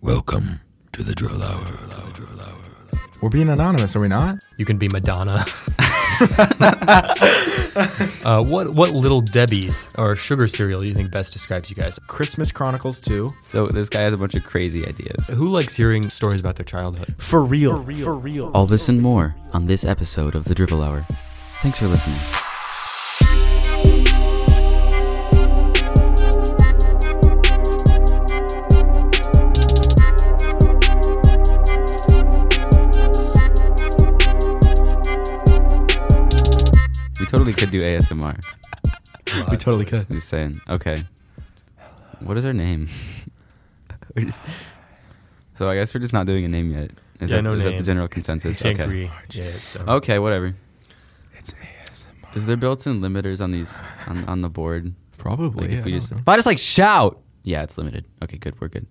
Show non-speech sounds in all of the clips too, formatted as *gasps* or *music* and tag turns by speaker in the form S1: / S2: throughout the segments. S1: Welcome to the Drivel Hour.
S2: We're being anonymous, are we not?
S3: You can be
S2: *laughs*
S3: Madonna. *laughs* uh, what what little Debbie's or sugar cereal do you think best describes you guys?
S2: Christmas Chronicles 2.
S4: So this guy has a bunch of crazy ideas.
S3: Who likes hearing stories about their childhood?
S2: For real. For real.
S4: All this and more on this episode of The Dribble Hour. Thanks for listening. We totally could do ASMR.
S2: *laughs* We totally could.
S4: He's saying, okay. What is her name? *laughs* We're just- so I guess we're just not doing a name yet. Is,
S3: Yeah,
S4: that,
S3: no
S4: is that
S3: name.
S4: the general consensus?
S3: Can't
S4: okay.
S3: agree. Yeah, so.
S4: Okay, whatever.
S2: It's ASMR.
S4: Is there built-in limiters on these on, on the board?
S2: Probably.
S4: Like
S2: I
S4: if we
S2: don't
S4: just,
S2: know.
S4: if I just like shout. Yeah, it's limited. Okay, good. We're good.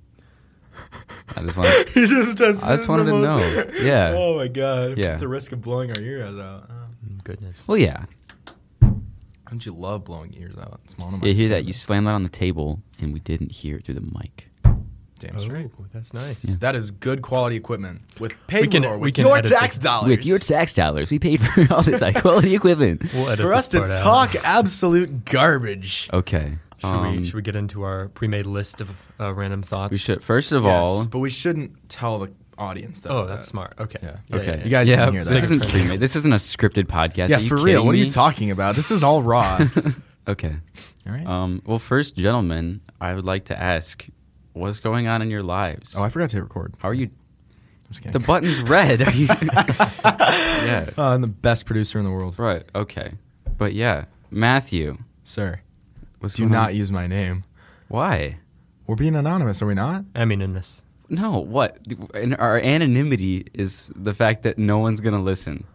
S4: I just
S2: *laughs* *laughs*
S4: want.
S2: he just does
S4: I just
S2: the
S4: wanted to
S2: most-
S4: know. Yeah.
S2: Oh my god.
S4: Yeah.
S2: The risk of blowing our ears out. Oh.
S3: Mm, Goodness.
S4: Well, yeah.
S2: Don't you love blowing ears out? It's one of my
S4: You hear that? You
S2: favorites.
S4: slam that on the table, and we didn't hear it through the mic.
S2: Damn straight.
S3: Oh, that's nice.
S2: That is good quality equipment with paid
S3: can-
S2: for,
S3: we
S2: with
S3: can
S2: your
S3: edit
S2: tax
S3: it.
S2: dollars.
S4: With your tax dollars, we paid for *laughs* all this high-quality equipment.
S3: We'll edit
S2: for
S3: this
S2: us to
S3: part out.
S2: talk absolute garbage.
S4: Okay. um,
S3: Should, we, should we get into our pre-made list of uh, random thoughts?
S4: We should first of all.
S2: Yes, but we shouldn't tell the audience that.
S3: Oh, that's smart. Okay.
S2: Yeah.
S4: Okay.
S2: You guys
S4: yeah,
S2: didn't hear
S4: This
S2: that.
S4: isn't pre-made. This isn't a scripted podcast.
S2: Yeah,
S4: Are you
S2: for real.
S4: kidding
S2: What are you
S4: me?
S2: talking about? This is all raw.
S4: Okay.
S2: all right.
S4: Um, well, first, gentlemen, I would like to ask, what's going on in your lives?
S2: oh, I forgot to hit record.
S4: How are you?
S2: I'm just kidding.
S4: The button's red. Are you? *laughs* yeah.
S2: Uh, *laughs* I'm the best producer in the world,
S4: Right. Okay. But yeah, Matthew.
S2: sir.
S4: What's
S2: Do
S4: going
S2: not
S4: on?
S2: use my name.
S4: Why?
S2: We're being anonymous, are we not?
S3: I mean, in this.
S4: No. What? And our anonymity is the fact that no one's gonna listen.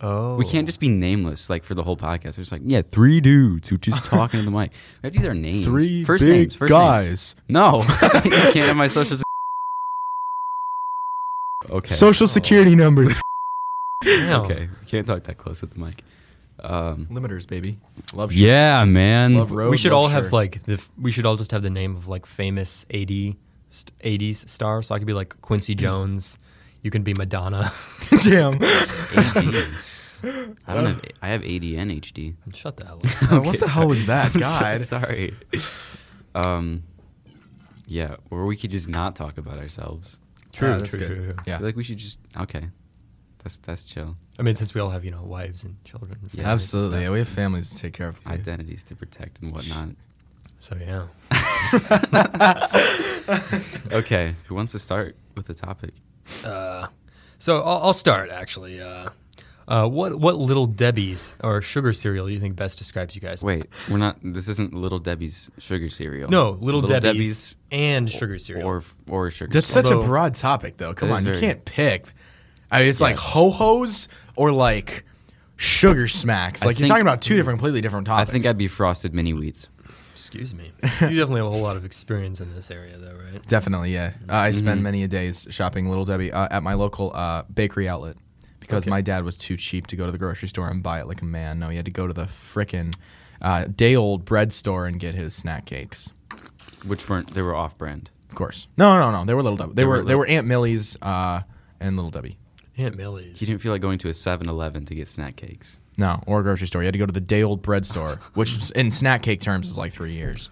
S3: Oh.
S4: We can't just be nameless like for the whole podcast. There's like, yeah, three dudes who just talking to the mic. We have to use our names.
S2: Three
S4: first
S2: big
S4: names. First
S2: guys.
S4: Names. No, *laughs* you can't have my social. sec- okay.
S2: Social security number.
S3: Damn.
S4: Okay. We can't talk that close at the mic. Um,
S2: *laughs* Limiters, baby. Love Oh, shit.
S4: yeah, man.
S2: Love
S4: *laughs*
S2: road.
S3: we should
S2: love
S3: all
S2: shirt.
S3: have like the. F- we should all just have the name of like famous 80, st- 80s stars. So I could be like Quincy Jones. You can be Madonna.
S2: *laughs*
S3: *laughs*
S4: *laughs*
S2: Damn.
S4: AD. I don't have. I have AD and HD.
S3: Shut the hell up.
S2: Uh, what the hell was that?
S4: *laughs* I'm so
S2: God.
S4: sorry. Um, yeah, or we could just not talk about ourselves.
S3: True,
S2: Yeah, that's
S3: true,
S2: good.
S3: true, true.
S4: I
S2: Yeah.
S4: feel like we should just okay. That's that's chill.
S3: I mean, since we all have you know wives and children. and families and
S2: Absolutely.
S3: stuff.
S2: we have families to take care of. dude.
S4: Identities to protect
S3: *laughs*
S4: and whatnot.
S3: So yeah.
S4: Okay, who wants to start with the topic?
S3: Uh, so I'll, I'll start actually. Uh, uh, what what little Debbie's or sugar cereal do you think best describes you guys?
S4: Wait, we're not. This isn't Little Debbie's sugar cereal.
S3: No, little, Debbie's, and sugar cereal.
S4: or or sugar.
S2: That's
S4: cereal.
S2: such
S3: Although-
S2: a broad topic, though. Come
S4: That is
S2: on, you
S4: very-
S2: can't pick. I mean, it's like
S4: Yes.
S2: ho hos or like sugar smacks.
S4: I
S2: Like you're
S4: think-
S2: talking about two different, completely different
S4: I
S2: topics.
S4: think I'd be frosted mini wheats.
S3: Excuse me. you definitely have a whole lot of experience in this area, though, *laughs* right?
S2: definitely yeah. Uh, I
S4: Mm-hmm.
S2: spend many a days shopping Little Debbie uh, at my local uh, bakery outlet because my dad was too cheap to go to the grocery store and buy it like a man. No, he had to go to the frickin' uh, day old bread store and get his snack cakes.
S4: which weren't they were off brand.
S2: Of course. No, no, no. They were Little Debbie. They,
S4: were
S2: were, they
S4: Little-
S2: were Aunt Millie's uh, and Little Debbie.
S3: Aunt Millie's.
S4: He didn't feel like going to a 7-Eleven to get snack cakes.
S2: No, or a grocery store. You had to go to the day old bread store,
S4: *laughs*
S2: which in snack cake terms is like three years.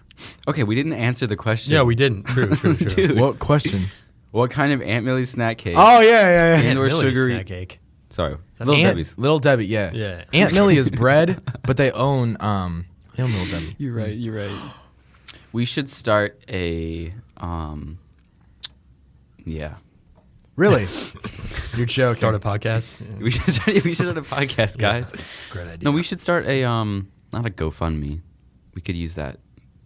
S4: Okay, we didn't answer the question.
S3: Yeah, we didn't. True, true, true.
S4: *laughs* Dude.
S2: What
S4: *laughs*
S2: question?
S4: What kind of Aunt Millie's snack cake?
S3: Ah!
S2: Oh yeah, yeah, yeah.
S3: Aunt
S4: Or
S3: Millie's
S4: sugary-
S3: snack cake.
S4: sorry, *laughs* Little
S2: Aunt,
S4: Debbie's.
S2: Little Debbie, yeah.
S3: Yeah.
S2: Aunt Millie is
S4: *laughs*
S2: bread, but they own um. They own Little Debbie.
S4: You're right. You're *gasps* right. We should start a. um Yeah,
S2: Really? You're joking.
S3: Start a podcast.
S4: *laughs* we should start, we should start a podcast, guys.
S3: *laughs* Great idea.
S4: No, we should start a um not a GoFundMe. We could use that.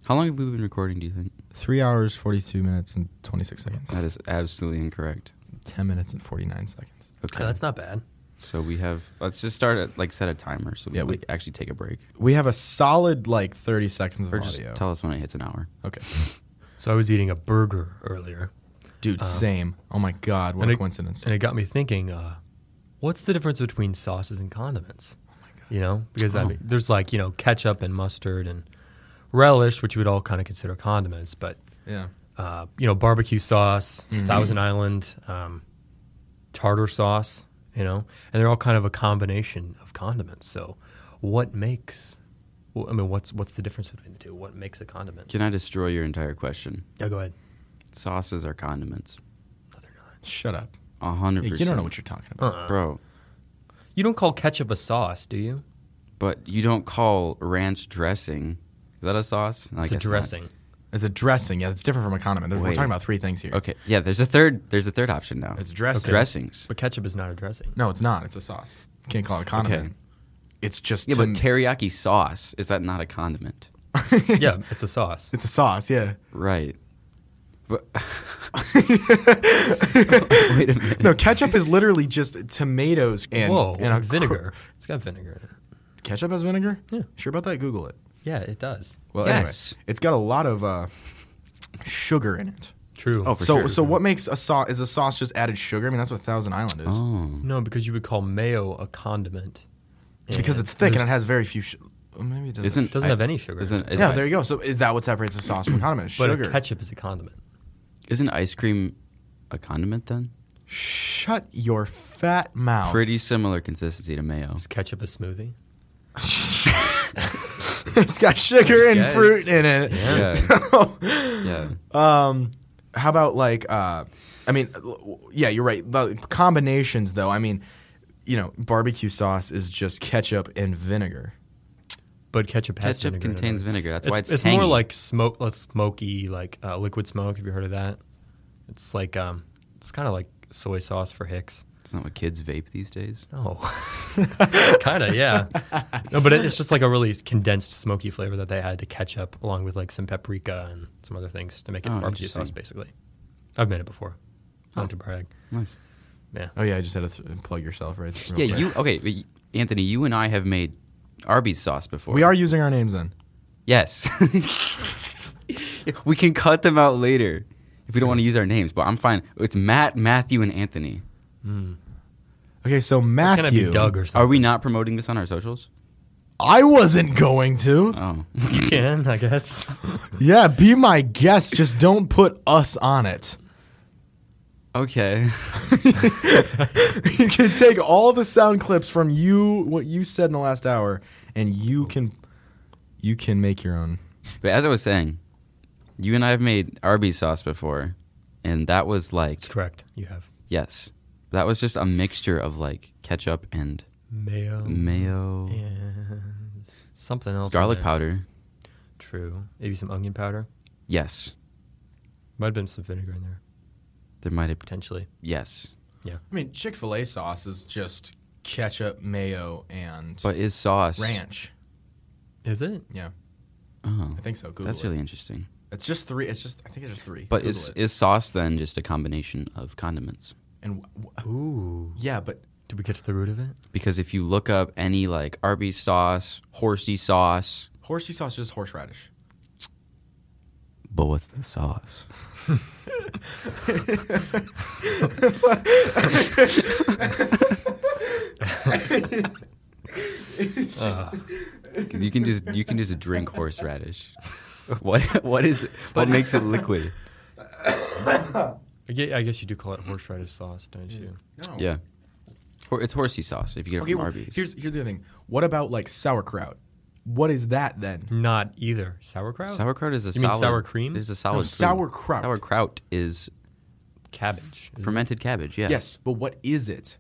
S4: How long have we been recording? Do you think
S2: *laughs* Three hours, forty-two minutes, and twenty-six seconds.
S4: that is absolutely incorrect?
S2: Ten minutes and forty-nine seconds.
S4: Okay,
S3: Yeah, that's not bad.
S4: so we have. Let's just start at like set a timer so we,
S2: Yeah,
S4: can,
S2: we-
S4: like, actually take a break
S2: We have a solid like thirty seconds of
S4: or just
S2: audio.
S4: tell us when it hits an hour.
S2: okay.
S3: So I was eating a burger earlier,
S2: Dude, same. Oh my God, what
S3: and
S2: a
S3: it-
S2: coincidence.
S3: and it got me thinking. Uh, what's the difference between sauces and condiments? You know, because I
S4: Oh.
S3: mean, there's like you know ketchup and mustard and relish, which you would all kind of consider condiments, but
S2: yeah.
S3: uh, you know, barbecue sauce, Thousand Island, um, tartar sauce, you know, and they're all kind of a combination of condiments. So, what makes? Well, I mean, what's what's the difference between the two? What makes a condiment?
S4: Can I destroy your entire question?
S3: Yeah, go ahead.
S4: Sauces are condiments.
S3: No, they're not.
S2: Shut up.
S4: A hundred
S2: Yeah,
S4: percent.
S2: you don't know what you're talking about.
S3: Uh-uh.
S4: bro.
S3: You don't call ketchup a sauce, do you?
S4: But you don't call ranch dressing. Is that a sauce? No, I
S3: It's a
S4: guess not.
S3: dressing.
S2: It's a dressing. Yeah, it's different from a condiment. There's, we're
S4: Wait.
S2: talking about three things here.
S4: Okay. Yeah. There's a third. There's a third option now.
S2: It's dressing.
S3: Okay.
S4: dressings.
S3: But ketchup is not
S2: *laughs*
S3: a dressing.
S2: No, it's not. It's a sauce. Can't call it a condiment.
S4: Okay.
S2: It's just
S4: Yeah,
S2: to
S4: but teriyaki sauce is that not a condiment?
S3: yeah, it's a sauce.
S2: It's a sauce, yeah.
S4: Right. But wait a minute.
S2: No, ketchup is literally just tomatoes and,
S3: Whoa,
S2: and a
S3: vinegar. it's got vinegar in it.
S2: cr- ketchup has vinegar?
S3: Yeah.
S2: Sure about that? Google it.
S3: Yeah, it does.
S2: Well,
S4: Yes.
S2: anyway, it's got a lot of uh, sugar in it.
S3: True.
S4: Oh, for
S2: so,
S4: sure.
S2: so what makes a sauce? Is a sauce just added sugar? I mean, that's what Thousand Island is.
S4: Oh.
S3: No, because you would call mayo a condiment.
S2: It's because it's thick and it has very few. Sh- well, maybe it doesn't.
S4: Isn't
S3: doesn't
S4: I-
S3: have any sugar in
S4: Isn't
S3: it.
S4: is
S2: yeah, there you go. So, is that what separates a sauce from a condiment?
S3: But
S2: Sugar.
S3: a ketchup is a condiment.
S4: isn't ice cream a condiment then?
S2: Shut your fat mouth.
S4: Pretty similar consistency to mayo.
S3: Is ketchup a smoothie?
S2: *laughs* it's got sugar and
S4: Yes.
S2: fruit in it. *laughs*
S4: Yeah.
S2: So,
S4: Yeah.
S2: um, how about like, uh, I mean, l- yeah, you're right. The combinations, though, I mean, you know, barbecue sauce is just ketchup and vinegar. *laughs*
S3: But ketchup has
S4: Ketchup
S3: vinegar in it.
S4: contains vinegar. That's
S3: it's,
S4: why it's
S3: it's more
S4: tangy.
S3: like smoke, like smoky, like uh, liquid smoke. Have you heard of that? It's like um, it's kind of like soy sauce for Hicks.
S4: It's not what kids vape these days.
S3: *laughs* Oh, kind of, yeah. No, but it- it's just like a really condensed smoky flavor that they add to ketchup, along with like some paprika and some other things to make it
S4: Oh,
S3: barbecue sauce.
S4: interesting.
S3: Basically, I've made it before. Not to brag.
S4: Nice.
S3: Yeah.
S2: Oh, yeah, I just had to th- plug yourself, right? real
S4: Yeah,
S2: quick.
S4: you okay, but y- Anthony, you and I have made Arby's sauce before.
S2: We are using our names then.
S4: Yes. *laughs* we can cut them out later if we don't want to use our names, but I'm fine. It's Matt, Matthew, and Anthony.
S2: Okay, so
S3: Can it be
S2: Matthew.
S3: Doug or something?
S4: Are we not promoting this on our socials?
S2: I wasn't going to.
S4: *laughs* Oh.
S3: *laughs* Can I guess?
S2: Yeah, be my guest. Just don't put us on it.
S4: okay.
S2: *laughs* you can take all the sound clips from you what you said in the last hour and you can you can make your own
S4: But as I was saying, you and I have made Arby's sauce before, and that was like
S3: It's correct. You have
S4: yes, that was just a mixture of like ketchup and
S3: mayo
S2: Mm.
S4: mayo,
S3: and something else. in
S4: Mm. garlic
S3: there.
S4: powder.
S3: True. Maybe some onion powder.
S4: Yes,
S3: Might have been some vinegar in there
S4: there might have
S3: potentially.
S4: yes,
S2: i mean chick-fil-a sauce is just ketchup mayo and
S4: but is sauce
S2: ranch
S3: Is it?
S2: yeah
S4: Oh,
S2: i think so Google
S4: that's
S2: it.
S4: really interesting.
S2: it's just three it's just i think it's just three
S4: But
S2: Google
S4: is
S2: it.
S4: is sauce then just a combination of condiments?
S2: and w- w-
S3: Ooh.
S2: yeah but
S3: Did we get to the root of it?
S4: Because if you look up any like Arby's sauce, horsey sauce,
S2: horsey sauce is just horseradish
S4: but what's the sauce? You can just you can just drink
S2: *laughs*
S4: horseradish. What what is what makes it liquide?
S3: I gue- I guess you do call it horseradish sauce, don't you?
S2: *laughs* no.
S4: Yeah, Hor- it's horsey sauce if you get it
S2: okay
S4: from
S2: well,
S4: Arby's.
S2: here's here's the other thing what about like sauerkraut what is that then
S3: Mm. Not either. Sauerkraut?
S4: sauerkraut is a
S3: You mean
S4: solid,
S3: sour cream?
S4: Is a solid
S2: No,
S4: food.
S2: sauerkraut.
S4: Sauerkraut is
S3: Cabbage. is
S4: fermented cabbage. Yeah.
S2: yes but what is it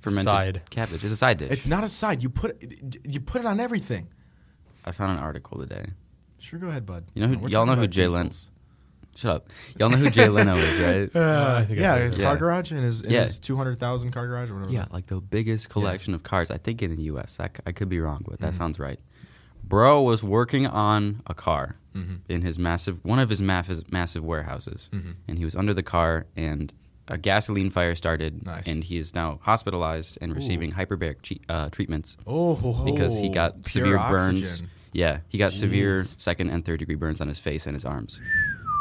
S4: Fermented
S3: Side.
S4: cabbage. It's a side dish.
S2: It's not a side. You put you put it on everything.
S4: I found an article today.
S2: Sure, go ahead, bud.
S4: You know who-
S2: We're
S4: y'all know
S2: talking
S4: who
S2: about
S4: Jay
S2: diesels.
S4: Lentz- Shut up. Y'all know who Jay Leno
S2: *laughs*
S4: is, right?
S3: Uh, I think I
S2: yeah,
S3: know
S2: his
S4: that.
S2: car
S4: Yeah.
S2: garage and his, and
S4: Yeah.
S2: his two hundred thousand car garage or whatever.
S4: Yeah, like the biggest collection of cars, I think, in the U.S. I, c- I could be wrong, but that
S2: Mm-hmm.
S4: sounds right. Bro was working on a car
S2: Mm-hmm.
S4: in his massive, one of his massive, massive warehouses, and he was under the car, and a gasoline fire started,
S2: Nice.
S4: and he is now hospitalized and receiving hyperbaric che- uh, treatments
S2: Oh,
S4: because he got
S2: pure
S4: severe burns.
S2: oxygen.
S4: Yeah, he got severe second and third degree burns on his face and his arms.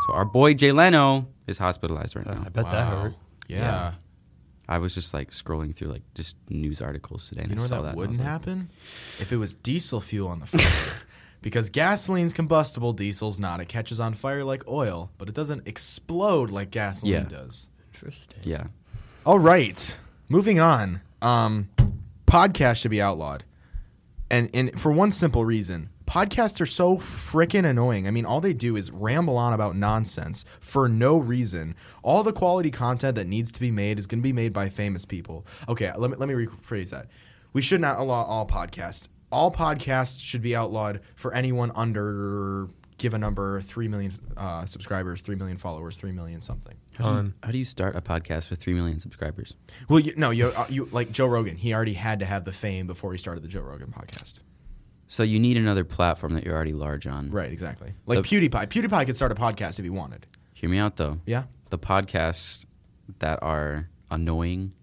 S4: So our boy Jay Leno is hospitalized right
S2: Uh,
S4: now.
S3: Ah, I bet that
S2: Wow.
S3: hurt.
S2: Yeah.
S4: Yeah. I was just like scrolling through like just news articles today, and
S2: You know
S4: I
S2: where that,
S4: saw that. and I was
S2: wouldn't
S4: like, *laughs*
S2: happen if it was diesel fuel on the fire. Because gasoline's combustible, diesel's not. It catches on fire like oil, but it doesn't explode like gasoline
S4: Yeah.
S2: does.
S3: Interesting.
S4: Yeah.
S2: All right. Moving on. Um, podcasts should be outlawed. And and for one simple reason. Podcasts are so freaking annoying. I mean, all they do is ramble on about nonsense for no reason. All the quality content that needs to be made is going to be made by famous people. Okay, let me let me rephrase that. We should not allow all podcasts. All podcasts should be outlawed for anyone under give a number 3 million uh, subscribers, 3 million followers, 3 million something.
S3: Um,
S4: How do you start a podcast with 3 million subscribers?
S2: Well, you, no, you, uh, you like Joe Rogan. He already had to have the fame before he started the Joe Rogan podcast.
S4: So you need another platform that you're already large on.
S2: Right, exactly. Like PewDiePie. PewDiePie could start a podcast if he wanted.
S4: Hear me out though.
S2: Yeah.
S4: The podcasts that are annoying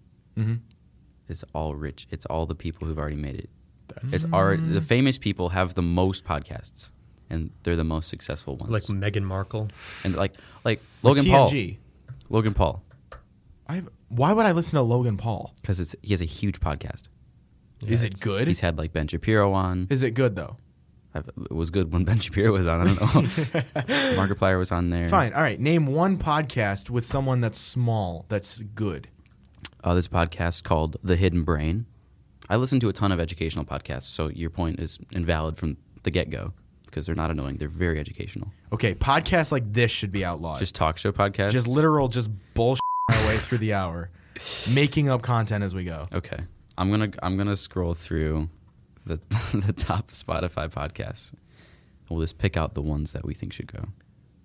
S4: is all rich. It's all the people who've already made it. it's already the famous people have the most podcasts and they're the most successful ones.
S3: like Meghan Markle.
S4: and like like Logan Paul.
S2: TMG.
S4: Logan Paul
S2: I, why would I listen to Logan Paul?
S4: cuz it's he has a huge podcast.
S2: Is it good?
S4: He's had like Ben Shapiro on.
S2: Is it good though?
S4: I- It was good when *laughs* Ben Shapiro was on. I don't know. Markiplier was on there.
S2: Fine. All right. Name one podcast with someone that's small that's good.
S4: uh, this podcast called The Hidden Brain. I listen to a ton of educational podcasts, so your point is invalid from the get go because they're not annoying. They're very educational.
S2: Okay, podcasts like this should be outlawed.
S4: Just talk show podcasts.
S2: just literal, just bullshit *laughs* our way through the hour, making up content as we go.
S4: Okay, I'm gonna I'm gonna scroll through the *laughs* the top Spotify podcasts. We'll just pick out the ones that we think should go.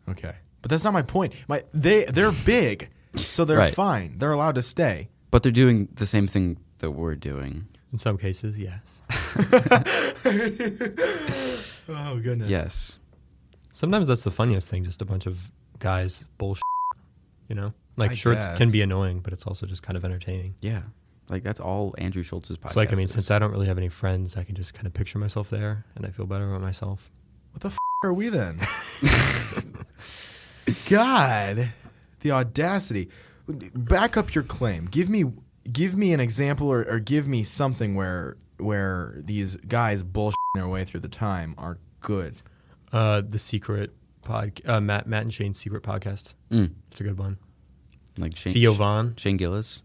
S2: Okay, but that's not my point. My they they're big, so they're
S4: Right.
S2: fine. They're allowed to stay.
S4: But they're doing the same thing that we're doing.
S3: In some cases, yes.
S2: Oh goodness.
S4: Yes.
S3: Sometimes that's the funniest thing, just a bunch of guys bullshit, you know? Like,
S2: I
S3: sure, it can be
S2: guess.
S3: annoying, but it's also just kind of entertaining.
S4: Yeah. Like that's all Andrew Schultz's podcast.
S3: It's like, I mean,
S4: is.
S3: since I don't really have any friends, I can just kind of picture myself there and I feel better about myself.
S2: What the f- are we then? God, the audacity! Back up your claim. Give me, give me an example, or, or give me something where where these guys bullshitting their way through the time are good.
S3: Uh, the secret pod, uh, Matt, Matt and Shane's secret podcast.
S4: Mm.
S3: It's a good one.
S4: like Shane,
S3: Theo Vaughn,
S4: Shane Gillis.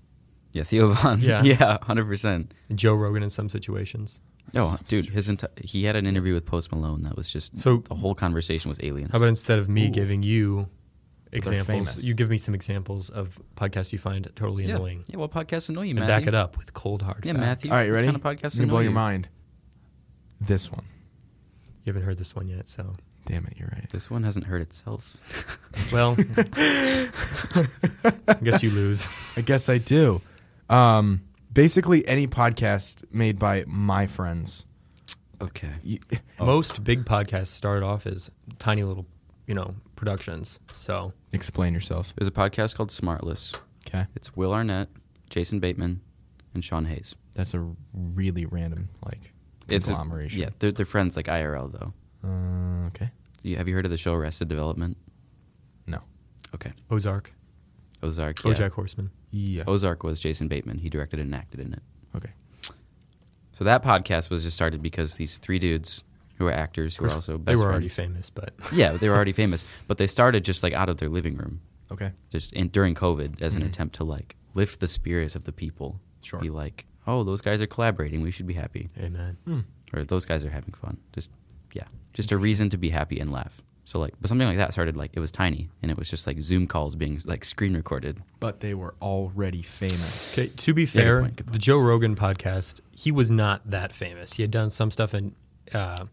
S4: Yeah, Theo Vaughn.
S3: Yeah.
S4: *laughs* yeah, hundred percent.
S3: Joe Rogan in some situations.
S4: No, dude, his enti- he had an interview with Post Malone that was just
S3: So-
S4: the whole conversation was aliens.
S3: How about instead of me
S2: Ooh.
S3: giving you examples,
S2: famous.
S3: you give me some examples of podcasts you find totally
S4: yeah.
S3: annoying
S4: Yeah, what podcasts annoy you,
S3: and
S4: Matthew?
S3: back it up with cold hard
S4: Yeah,
S3: facts.
S4: Matthew.
S2: All right, you
S4: What
S2: ready?
S4: kind of podcasts
S2: I'm gonna blow
S4: annoy
S2: your
S4: you?
S2: mind. This one.
S3: You haven't heard this one yet, so
S2: Damn it, you're right.
S4: This one hasn't heard itself. *laughs*
S3: well, I guess you lose.
S2: I guess I do. Um, basically, any podcast made by my friends.
S4: okay.
S2: You-
S4: Oh.
S3: Most big podcasts start off as tiny little, you know, productions. So
S2: Explain yourself.
S4: There's a podcast called Smartless.
S2: Okay.
S4: It's Will Arnett, Jason Bateman, and Sean Hayes.
S2: That's a really random like
S4: It's a-
S2: conglomeration.
S4: yeah, they're, they're friends like IRL though.
S2: Uh, okay.
S4: You, have you heard of the show Arrested Development?
S2: No.
S4: Okay.
S3: Ozark,
S4: Ozark. Yeah.
S3: Bojack Horseman.
S2: Yeah.
S4: Ozark was Jason Bateman. He directed and acted in it.
S2: Okay.
S4: So that podcast was just started because these three dudes who are actors who are also
S3: they
S4: best
S3: were already
S4: friends.
S3: famous, but
S4: yeah, they
S3: *laughs*
S4: were already famous, but they started just like out of their living room,
S2: Okay.
S4: just in, during COVID, as
S3: Mm-hmm.
S4: an attempt to like lift the spirits of the people.
S2: Sure.
S4: Be like, oh, those guys are collaborating. We should be happy,
S3: amen.
S4: or those guys are having fun. Just yeah, just a reason to be happy and laugh. So like, but something like that started like it was tiny, and it was just like Zoom calls being like screen recorded.
S2: But they were already famous.
S3: Okay, to be
S4: good
S3: fair,
S4: point, good point.
S3: the Joe Rogan podcast, he was not that famous. He had done some stuff in uh,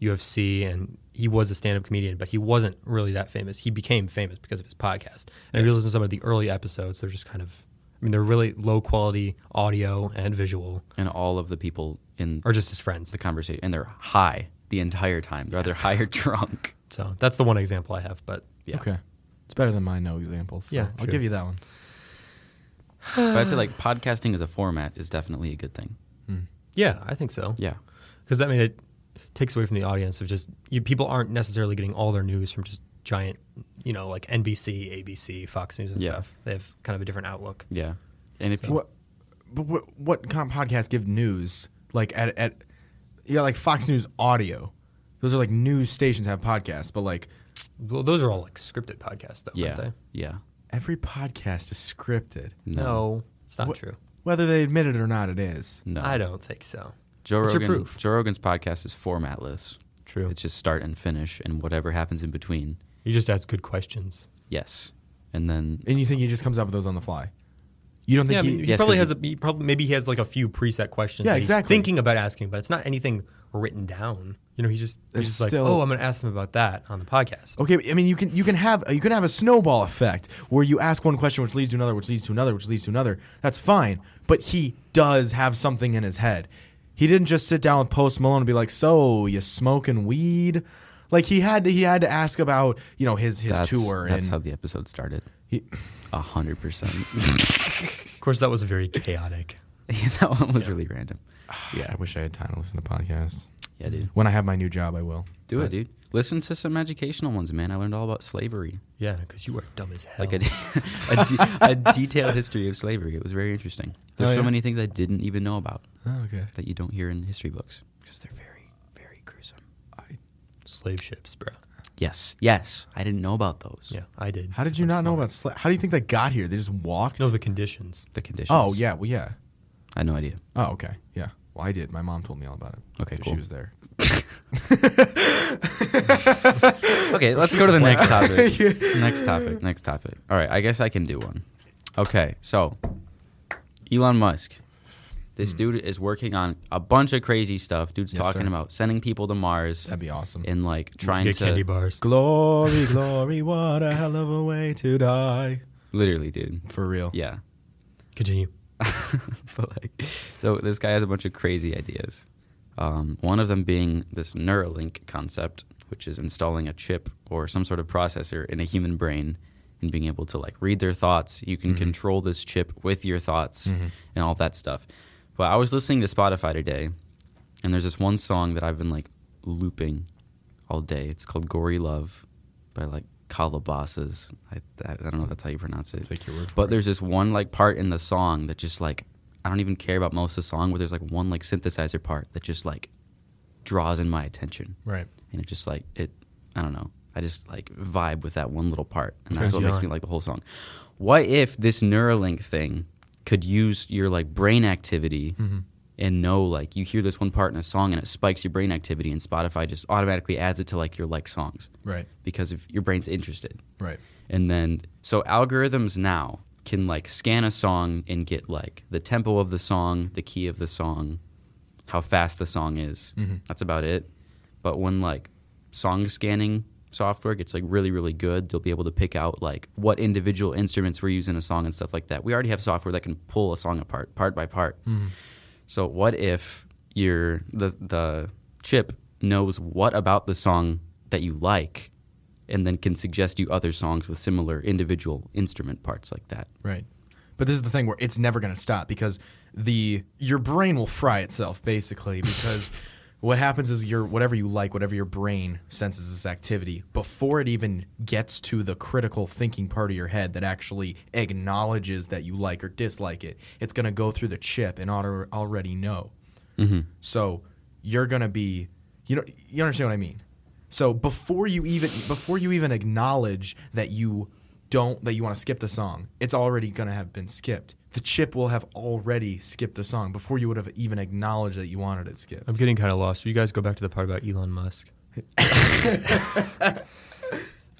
S3: UFC and he was a stand up comedian, but he wasn't really that famous. He became famous because of his podcast. And if you listen to some of the early episodes, they're just kind of, I mean, they're really low quality audio and visual,
S4: and all of the people in
S3: or just his friends.
S4: the conversation, and they're high the entire time. They're either high
S3: *sighs*
S4: or drunk.
S3: So that's the one example I have, but yeah.
S2: Okay. It's better than my no examples. so
S3: Yeah,
S2: I'll
S3: true.
S2: give you that one.
S4: But I'd say like podcasting as a format is definitely a good thing.
S3: Yeah, I think so.
S4: Yeah.
S3: Because, I mean, it takes away from the audience of just, you, people aren't necessarily getting all their news from just giant, you know, like NBC, ABC, Fox News and
S4: Yeah.
S3: stuff. They have kind of a different outlook.
S4: Yeah. And if you,
S2: What? But what? What kind of podcasts give news like at at? You got like Fox News Audio. Those are like news stations have podcasts, but like
S3: Well, those are all like scripted podcasts, though,
S4: yeah,
S3: aren't
S4: yeah.
S2: every podcast is scripted.
S3: they? No, it's not
S2: What-
S3: true.
S2: Whether they admit it or not, it is.
S4: no.
S3: I don't think so.
S4: Joe
S3: What's your
S4: Rogan.
S3: proof?
S4: Joe Rogan's podcast is formatless.
S3: True.
S4: It's just start and finish, and whatever happens in between.
S3: he just asks good questions.
S4: Yes, and then
S2: And you think he just comes up with those on the fly? You don't think
S3: Yeah, I
S2: he?
S3: mean, he
S4: Yes, 'cause
S3: probably
S4: he-
S3: has a he probably maybe he has like a few preset questions.
S2: Yeah,
S3: that he's
S2: exactly.
S3: thinking about asking, but it's not anything written down. You know, he just he's
S2: It's
S3: just
S2: still-
S3: like, oh, I'm going to ask them about that on the podcast.
S2: Okay, but, I mean you can you can have you can have a snowball effect where you ask one question which leads to another, which leads to another, which leads to another. That's fine, but he does have something in his head. He didn't just sit down with Post Malone and be like, "So you smoking weed?" Like he had to, he had to ask about you know his his
S4: that's,
S2: tour
S4: that's
S2: and
S4: how the episode started.
S2: he,
S4: A hundred percent. *laughs*
S3: Of course, that was very chaotic.
S4: That one was really random.
S2: yeah. I wish I had time to listen to podcasts.
S4: Yeah, dude.
S2: When I have my new job, I will.
S4: Do it, dude. Listen to some educational ones, man. I learned all about slavery.
S3: Yeah, because you are dumb as hell.
S4: Like a, a, de- *laughs* a detailed history of slavery. It was very interesting. There's
S2: Oh,
S4: so
S2: yeah?
S4: many things I didn't even know about
S2: Oh, okay.
S4: that you don't hear in history books because they're very, very gruesome.
S3: slave ships, bro.
S4: Yes, yes. I didn't know about those.
S3: Yeah, I did.
S2: How did you
S3: I'm
S2: not know about?
S3: smart.
S2: Sla- how do you think they got here? They just walked.
S3: No, the conditions.
S4: The conditions.
S2: oh yeah, well yeah.
S4: I had no idea.
S2: Oh, okay. Yeah. Well, I did. My mom told me all about it.
S4: Okay,
S2: 'Cause
S4: cool.
S2: She was there.
S4: Okay, let's go
S2: *laughs*
S4: to the next topic. Next topic. Next topic. All right, I guess I can do one. Okay, so Elon Musk. This dude is working on a bunch of crazy stuff. Dude's
S2: Hmm. Yes,
S4: talking
S2: sir.
S4: about sending people to Mars
S2: That'd be awesome.
S4: and like trying
S3: Get
S4: to
S3: candy bars.
S2: glory, glory, what a hell of a way to die.
S4: literally, dude.
S2: For real.
S4: Yeah.
S3: Continue.
S4: *laughs* but like, so this guy has a bunch of crazy ideas. Um, one of them being this Neuralink concept, which is installing a chip or some sort of processor in a human brain and being able to like read their thoughts. You can control this chip with your thoughts and all that stuff. But I was listening to Spotify today, and there's this one song that I've been like looping all day. It's called "Gory Love" by like Calabasas. I, I don't know if that's how you pronounce it.
S2: Take your word for
S4: but
S2: it.
S4: there's this one like part in the song that just like I don't even care about most of the song, but there's like one like synthesizer part that just like draws in my attention,
S2: Right.
S4: and it just like it. I don't know. I just like vibe with that one little part, and
S3: Turns
S4: that's what
S3: you
S4: makes
S3: on.
S4: me like the whole song. What if this Neuralink thing could use your like brain activity
S2: Hmm. Mm-hmm.
S4: and know like you hear this one part in a song and it spikes your brain activity, and Spotify just automatically adds it to like your like songs
S2: Right.
S4: because if your brain's interested
S2: Right.
S4: and then so algorithms now can like scan a song and get like the tempo of the song, the key of the song, how fast the song is. That's about it. But when like song scanning software gets like really really good, they'll be able to pick out like what individual instruments were used in a song and stuff like that. We already have software that can pull a song apart part by part. So what if your the the chip knows what about the song that you like and then can suggest you other songs with similar individual instrument parts like that.
S2: Right. But this is the thing where it's never going to stop because the your brain will fry itself *laughs* basically because what happens is your whatever you like, whatever your brain senses this activity before it even gets to the critical thinking part of your head that actually acknowledges that you like or dislike it. It's going to go through the chip and auto, already know. So you're gonna be, you know, you understand what I mean. So before you even before you even acknowledge that you don't that you want to skip the song, it's already gonna have been skipped. The chip will have already skipped the song before you would have even acknowledged that you wanted it skipped.
S3: I'm getting kind of lost. Will you guys go back to the part about Elon Musk?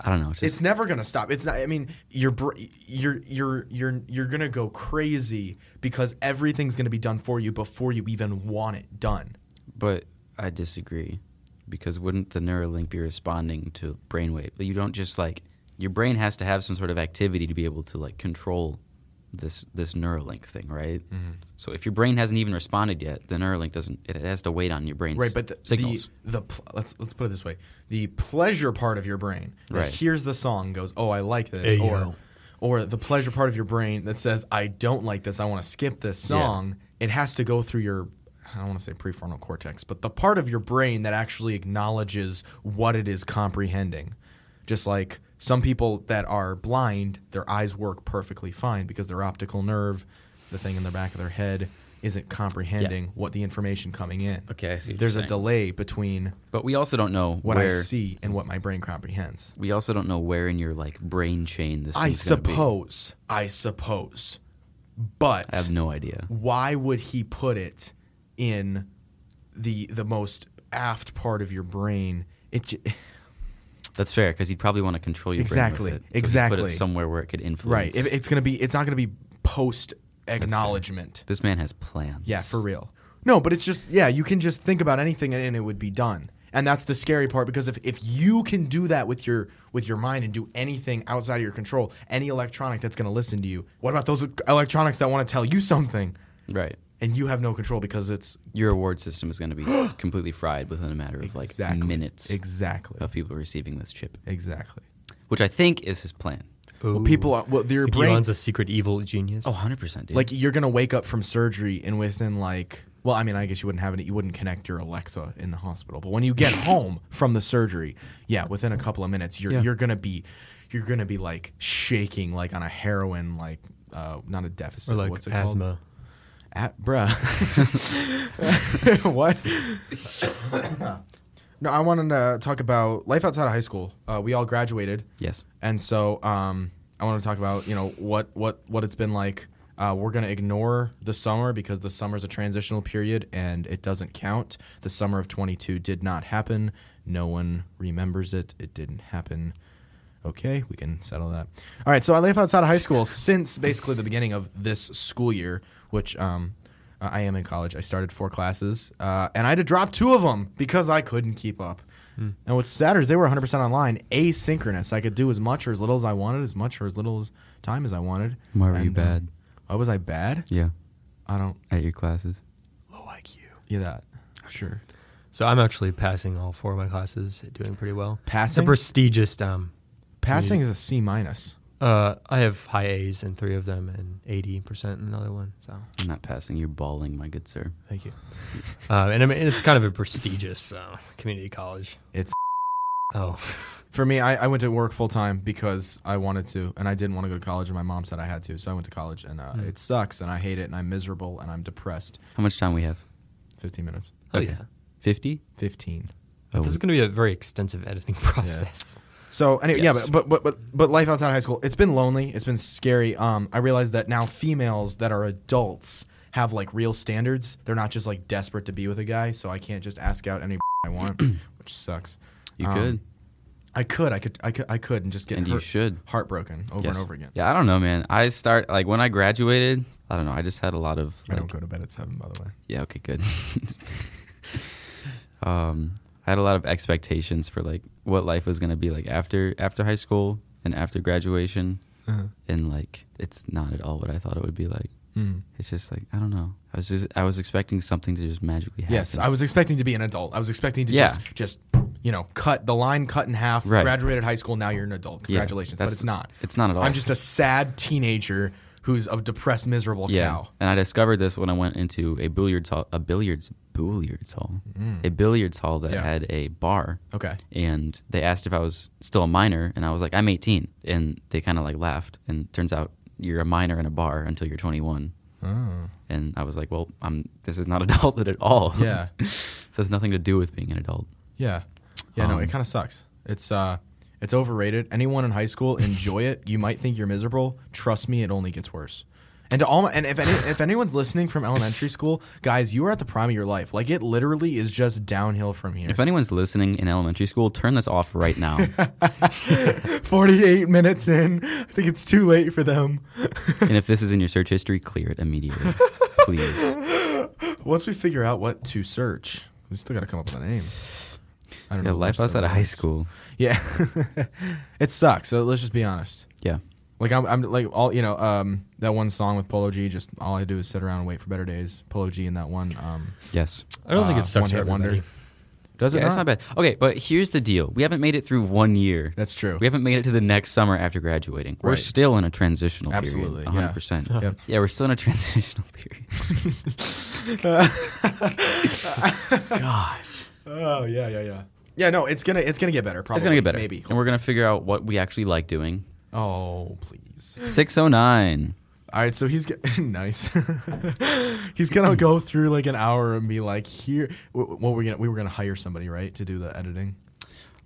S4: I don't know. It's just,
S2: it's never gonna stop. It's not. I mean, you're br- you're you're you're you're gonna go crazy because everything's gonna be done for you before you even want it done.
S4: but I disagree because wouldn't the Neuralink be responding to brainwave? You don't just like your brain has to have some sort of activity to be able to like control this this Neuralink thing, right?
S2: Mm-hmm.
S4: So if your brain hasn't even responded yet, the Neuralink doesn't. It has to wait on your brain's
S2: right but the,
S4: signals.
S2: the the pl- let's let's put it this way the pleasure part of your brain that
S4: Right.
S2: hears the song goes oh i like this
S3: Ayo.
S2: or or the pleasure part of your brain that says i don't like this i want to skip this
S4: Yeah.
S2: song it has to go through your i don't want to say prefrontal cortex but the part of your brain that actually acknowledges what it is comprehending just like some people that are blind their eyes work perfectly fine because their optical nerve the thing in the back of their head isn't comprehending what the information coming in.
S4: Okay, I see what
S2: There's
S4: you're
S2: a
S4: saying.
S2: delay between
S4: But we also don't know
S2: what
S4: where
S2: I see and what my brain comprehends.
S4: we also don't know where in your like brain chain this
S2: I
S4: thing's gonna be.
S2: suppose. I suppose. But
S4: I have no idea.
S2: why would he put it in the the most aft part of your brain? It j-
S4: That's fair because he'd probably want to control your
S2: Exactly,
S4: brain with it. So he'd Put
S2: exactly.
S4: it somewhere where it could influence.
S2: right. It, it's gonna be. It's not gonna be post acknowledgement.
S4: this man has plans.
S2: Yeah, for real. No, but it's just yeah. You can just think about anything and it would be done. And that's the scary part because if, if you can do that with your with your mind and do anything outside of your control, any electronic that's going to listen to you. What about those e-, electronics that want to tell you something
S4: right.
S2: and you have no control because it's
S4: Your award system is going
S2: *gasps*
S4: to be completely fried within a matter of like
S2: Exactly.
S4: minutes
S2: Exactly.
S4: of people receiving this chip,
S2: Exactly.
S4: which I think is his plan.
S2: Well, people are well, your
S3: Think
S2: brain
S3: Elon's a secret evil genius.
S4: Oh, 100%, dude.
S2: like you're gonna wake up from surgery and within like well i mean i guess you wouldn't have it you wouldn't connect your alexa in the hospital but when you
S3: *laughs*
S2: get home from the surgery yeah within a couple of minutes you're,
S4: Yeah.
S2: you're gonna be you're gonna be like shaking like on a heroin like uh, not a deficit
S3: or like
S2: what's it called
S3: asthma.
S2: At, bruh what *laughs* no i wanted to talk about life outside of high school uh, we all graduated
S4: yes.
S2: and so um, I want to talk about you know what what what it's been like. Uh, we're gonna ignore the summer because the summer's a transitional period and it doesn't count. The summer of 22 did not happen. No one remembers it. It didn't happen. Okay, we can settle that. All right, so I live outside of high school since basically the beginning of this school year, which um, uh, I am in college. I started four classes, uh, and I had to drop two of them because I couldn't keep up.
S3: Hmm.
S2: And what's sadder is they were 100% online, asynchronous. I could do as much or as little as I wanted, as much or as little as time as I wanted.
S4: Why were you
S2: And, um,
S4: bad?
S2: Why was I bad?
S4: Yeah.
S2: I don't.
S4: At your classes.
S3: Low IQ.
S2: Yeah, that. Sure.
S3: So I'm actually passing all four of my classes, doing pretty well. It's a
S2: Passing?
S3: prestigious. Um,
S2: Passing is a C minus.
S3: uh, I have high A's in three of them and 80% in another one. So
S4: I'm not passing. You're bawling, my
S2: *laughs*
S4: good sir.
S3: thank you. uh, and I mean, it's kind of a prestigious uh, community college.
S2: It's *laughs*
S3: Oh,
S2: For me, I, I went to work full time because I wanted to, and I didn't want to go to college, and my mom said I had to. So I went to college, and
S3: Hmm.
S2: uh, it sucks, and I hate it, and I'm miserable, and I'm depressed.
S4: How much time we have?
S2: 15 minutes.
S3: oh
S4: Okay.
S3: yeah.
S4: 50?
S2: 15.
S4: Oh,
S3: This is going to be a very extensive editing *laughs* process.
S2: So anyway, yeah,
S4: Yes.
S2: but, but but but but life outside of high school, it's been lonely. It's been scary. Um, I realize that now females that are adults have like real standards. They're not just like desperate to be with a guy. So I can't just ask out any *clears throat* I want, which sucks.
S4: you
S2: Um,
S4: could.
S2: I could. I could. I could. I could, and just get
S4: And you
S2: hurt-
S4: should.
S2: heartbroken over
S4: Yes.
S2: and over again.
S4: Yeah, I don't know, man. I start like when I graduated. I don't know. I just had a lot of.
S2: I
S4: Like,
S2: don't go to bed at seven, by the way.
S4: Yeah. Okay. Good. *laughs* um, I had a lot of expectations for like what life was gonna be like after after high school and after graduation, and like it's not at all what I thought it would be like.
S2: Mm.
S4: It's just like I don't know. I was just I was expecting something to just magically happen.
S2: Yes, I was expecting to be an adult. I was expecting to
S4: Yeah.
S2: just, just, you know, cut the line, cut in half.
S4: Right.
S2: Graduated high school, now you're an adult.
S4: Yeah,
S2: Congratulations, but
S4: that's-
S2: it's not.
S4: It's not at all.
S2: I'm just a sad teenager who's a depressed, miserable
S4: yeah.
S2: cow.
S4: And I discovered this when I went into a billiards hall, a billiards billiards hall, a billiards hall that
S2: Mm. Yeah.
S4: had a bar.
S2: Okay.
S4: and they asked if I was still a minor, and I was like, I'm 18, and they kind of like laughed, and turns out you're a minor in a bar until you're 21,
S2: Oh.
S4: and I was like, well, I'm this is not *laughs* adulthood at all.
S2: Yeah.
S4: *laughs* so it's nothing to do with being an adult.
S2: Yeah. Yeah, no,
S4: Um,
S2: it kind of sucks. It's uh it's overrated. Anyone in high school enjoy it. You might think you're miserable. Trust me, it only gets worse. And to all my, and if any, if anyone's listening from
S4: *laughs*
S2: elementary school, guys, you are at the prime of your life. Like it literally is just downhill from here.
S4: If anyone's listening in elementary school, turn this off right
S2: *laughs*
S4: now.
S2: 48 minutes in. I think it's too late for them. *laughs*
S4: and if this is in your search history, clear it immediately, please.
S2: Once we figure out what to search, we still got to come up with a name. I
S4: Yeah, life
S2: which
S4: outside of
S2: that
S4: high
S2: is.
S4: school.
S2: Yeah. *laughs* it sucks. So let's just be honest.
S4: Yeah.
S2: Like I'm, I'm like all you know. Um, that one song with Polo G. Just all I do is sit around and wait for better days. Polo G in that one. Um,
S4: Yes.
S3: I don't think
S2: uh,
S3: it sucks for
S2: one-hit
S3: everybody.
S2: Does it?
S4: Yeah,
S2: not?
S4: it's not bad. Okay, but here's the deal. We haven't made it through one year.
S2: That's true.
S4: We haven't made it to the next summer after graduating. We're
S2: Right.
S4: still in a transitional
S2: Absolutely,
S4: period.
S2: yeah.
S4: 100%.
S2: Yep.
S4: *laughs* Yeah, we're still in a transitional
S2: *laughs*
S4: period. Gosh.
S2: oh yeah, yeah, yeah. Yeah, no, it's gonna it's gonna get better. Probably
S4: It's going to get better.
S2: Maybe.
S4: And we're going to figure out what we actually like doing.
S2: Oh please.
S4: 609.
S2: All right, so he's ge- *laughs* nice. he's gonna go through like an hour and be like, "Here, what were we gonna? We were gonna hire somebody, right, to do the editing."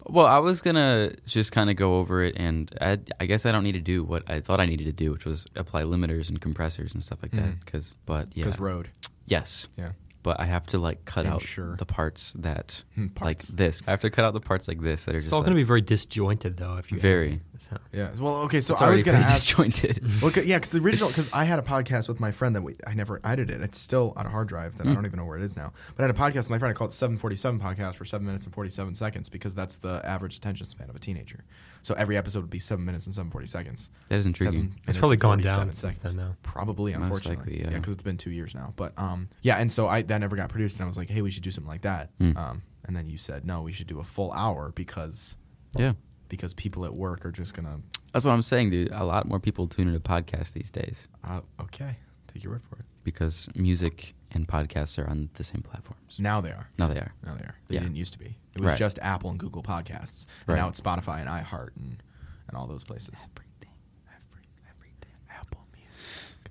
S4: Well, I was gonna just kind of go over it, and I, I guess I don't need to do what I thought I needed to do, which was apply limiters and compressors and stuff like that.
S2: Mm.
S4: Because, but yeah,
S2: Because road,
S4: yes,
S2: yeah,
S4: but I have to like cut out
S2: Ensure.
S4: the parts that
S2: Hmm,
S4: like
S2: parts.
S4: this. I have to cut out the parts like this that are
S3: It's
S4: just
S3: all going to be
S4: like,
S3: very disjointed, though. If you
S4: Very.
S3: So-
S2: yeah. Well, okay, so
S4: it's
S2: I was
S4: already
S2: gonna
S4: pretty *laughs*
S2: ask.
S4: disjointed.
S2: *laughs* Well, 'cause- yeah, because the original, because I had a podcast with my friend that we, I never edited. It's still on a hard drive that I don't even know where it is now. But I had a podcast with my friend. I called it 747 Podcast for 7 minutes and 47 seconds because that's the average attention span of a teenager. So every episode would be 7 minutes and 740 seconds.
S4: That is intriguing.
S2: Seven
S4: It's
S2: minutes
S3: probably
S2: and
S3: gone
S2: 47
S3: down since then now.
S2: Probably,
S4: Most
S2: unfortunately.
S4: likely, yeah.
S2: yeah, because it's been two years now. But um, yeah, and so I that never got produced, and I was like, hey, we should do something like that.
S4: Mm.
S2: Um, and then you said, no, we should do a full hour because
S4: yeah,
S2: because people at work are just gonna
S4: that's what I'm saying, dude. A lot more people tune into podcasts these days
S2: uh, okay, take your word for it.
S4: because music and podcasts are on the same platforms.
S2: Now they are.
S4: Now they are.
S2: No, they are. They
S4: Yeah.
S2: didn't used to be. It was
S4: Right.
S2: just Apple and Google Podcasts.
S4: Right.
S2: And now it's Spotify and iHeart and, and all those places. Everything. Every, everything. Apple Music.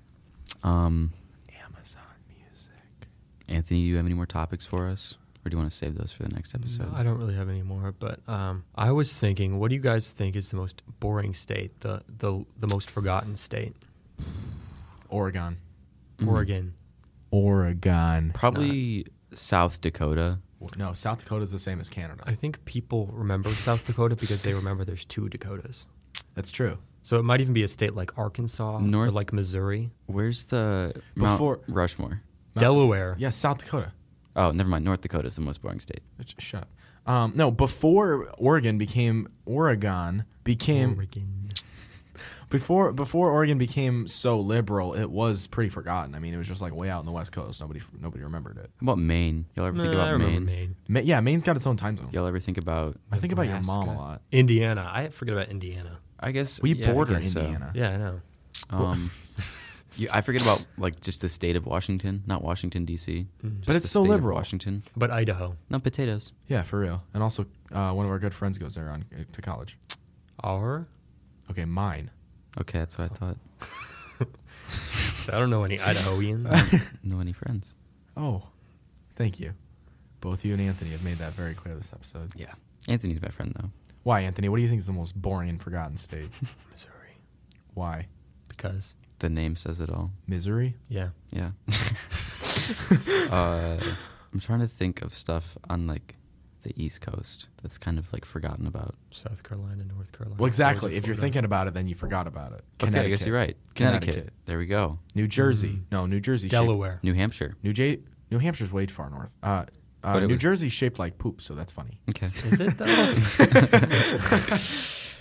S4: Um,
S2: Amazon Music.
S4: Anthony, do you have any more topics for us, or do you want to save those for the next episode?
S3: I don't really have any more, but um, I was thinking, what do you guys think is the most boring state, the the the most forgotten state?
S2: Oregon.
S4: Mm-hmm.
S3: Oregon.
S2: Oregon.
S4: Probably South Dakota.
S2: No, South Dakota's the same as Canada.
S3: I think people remember South Dakota because they remember there's two Dakotas.
S2: That's true.
S3: So it might even be a state like Arkansas or
S4: North-
S3: like Missouri,
S4: Where's the
S2: Before-
S4: Mount Rushmore?
S3: Delaware.
S2: Yeah, South Dakota.
S4: Oh, never mind. North Dakota is the most boring state.
S2: Sh- Shut up. Um, no, before Oregon became Oregon, became
S3: Oregon.
S2: Before before Oregon became so liberal, it was pretty forgotten. I mean, it was just like way out in the West Coast. Nobody nobody remembered it.
S4: How about Maine? Y'all ever think
S3: Nah, I
S4: about
S3: remember
S4: Maine?
S3: Maine.
S2: Ma- yeah, Maine's got its own time zone.
S4: Y'all ever think about?
S2: I think about your mom a
S3: Nebraska.
S2: lot.
S3: Indiana. I forget about Indiana.
S4: I guess
S2: We
S4: yeah, I
S2: border
S4: guess so.
S2: Indiana.
S3: Yeah, I know.
S4: Um, *laughs* you, I forget about like just the state of Washington, not Washington D.C. just
S2: Mm. But it's
S4: the
S2: so
S4: state of
S2: liberal.
S4: Washington,
S3: But Idaho.
S4: no potatoes.
S2: Yeah, for real. And also, uh, one of our good friends goes there on uh, to college.
S3: Our?
S2: Okay, mine.
S4: Okay, that's what I
S2: *laughs*
S4: thought.
S3: *laughs* I don't know any
S4: *laughs*
S3: Idahoans.
S4: No any friends.
S2: *laughs* Oh, thank you. Both you and Anthony have made that very clear this episode.
S4: Yeah, Anthony's my friend though.
S2: Why, Anthony? What do you think is the most boring and forgotten
S4: *laughs*
S2: state?
S3: Missouri.
S2: Why?
S3: Because,
S4: The name says it all.
S2: Misery?
S3: yeah.
S4: Yeah.
S2: *laughs*
S4: uh, I'm trying to think of stuff on like the East Coast that's kind of like forgotten about.
S3: South Carolina, North Carolina.
S2: Well, exactly.
S3: Florida,
S2: If you're
S3: Florida.
S2: thinking about it, then you forgot about it.
S4: Okay, I guess you're right. Connecticut. There we go.
S2: New Jersey. No, New Jersey. shaped-
S3: Mm. Delaware.
S4: New Hampshire.
S2: New J- New Hampshire's way far north. Uh, uh,
S4: But it
S2: New
S4: was-
S2: Jersey's shaped like poop, so that's funny. *laughs*
S4: Okay.
S3: Is it
S4: *laughs*
S3: though?
S2: Yeah.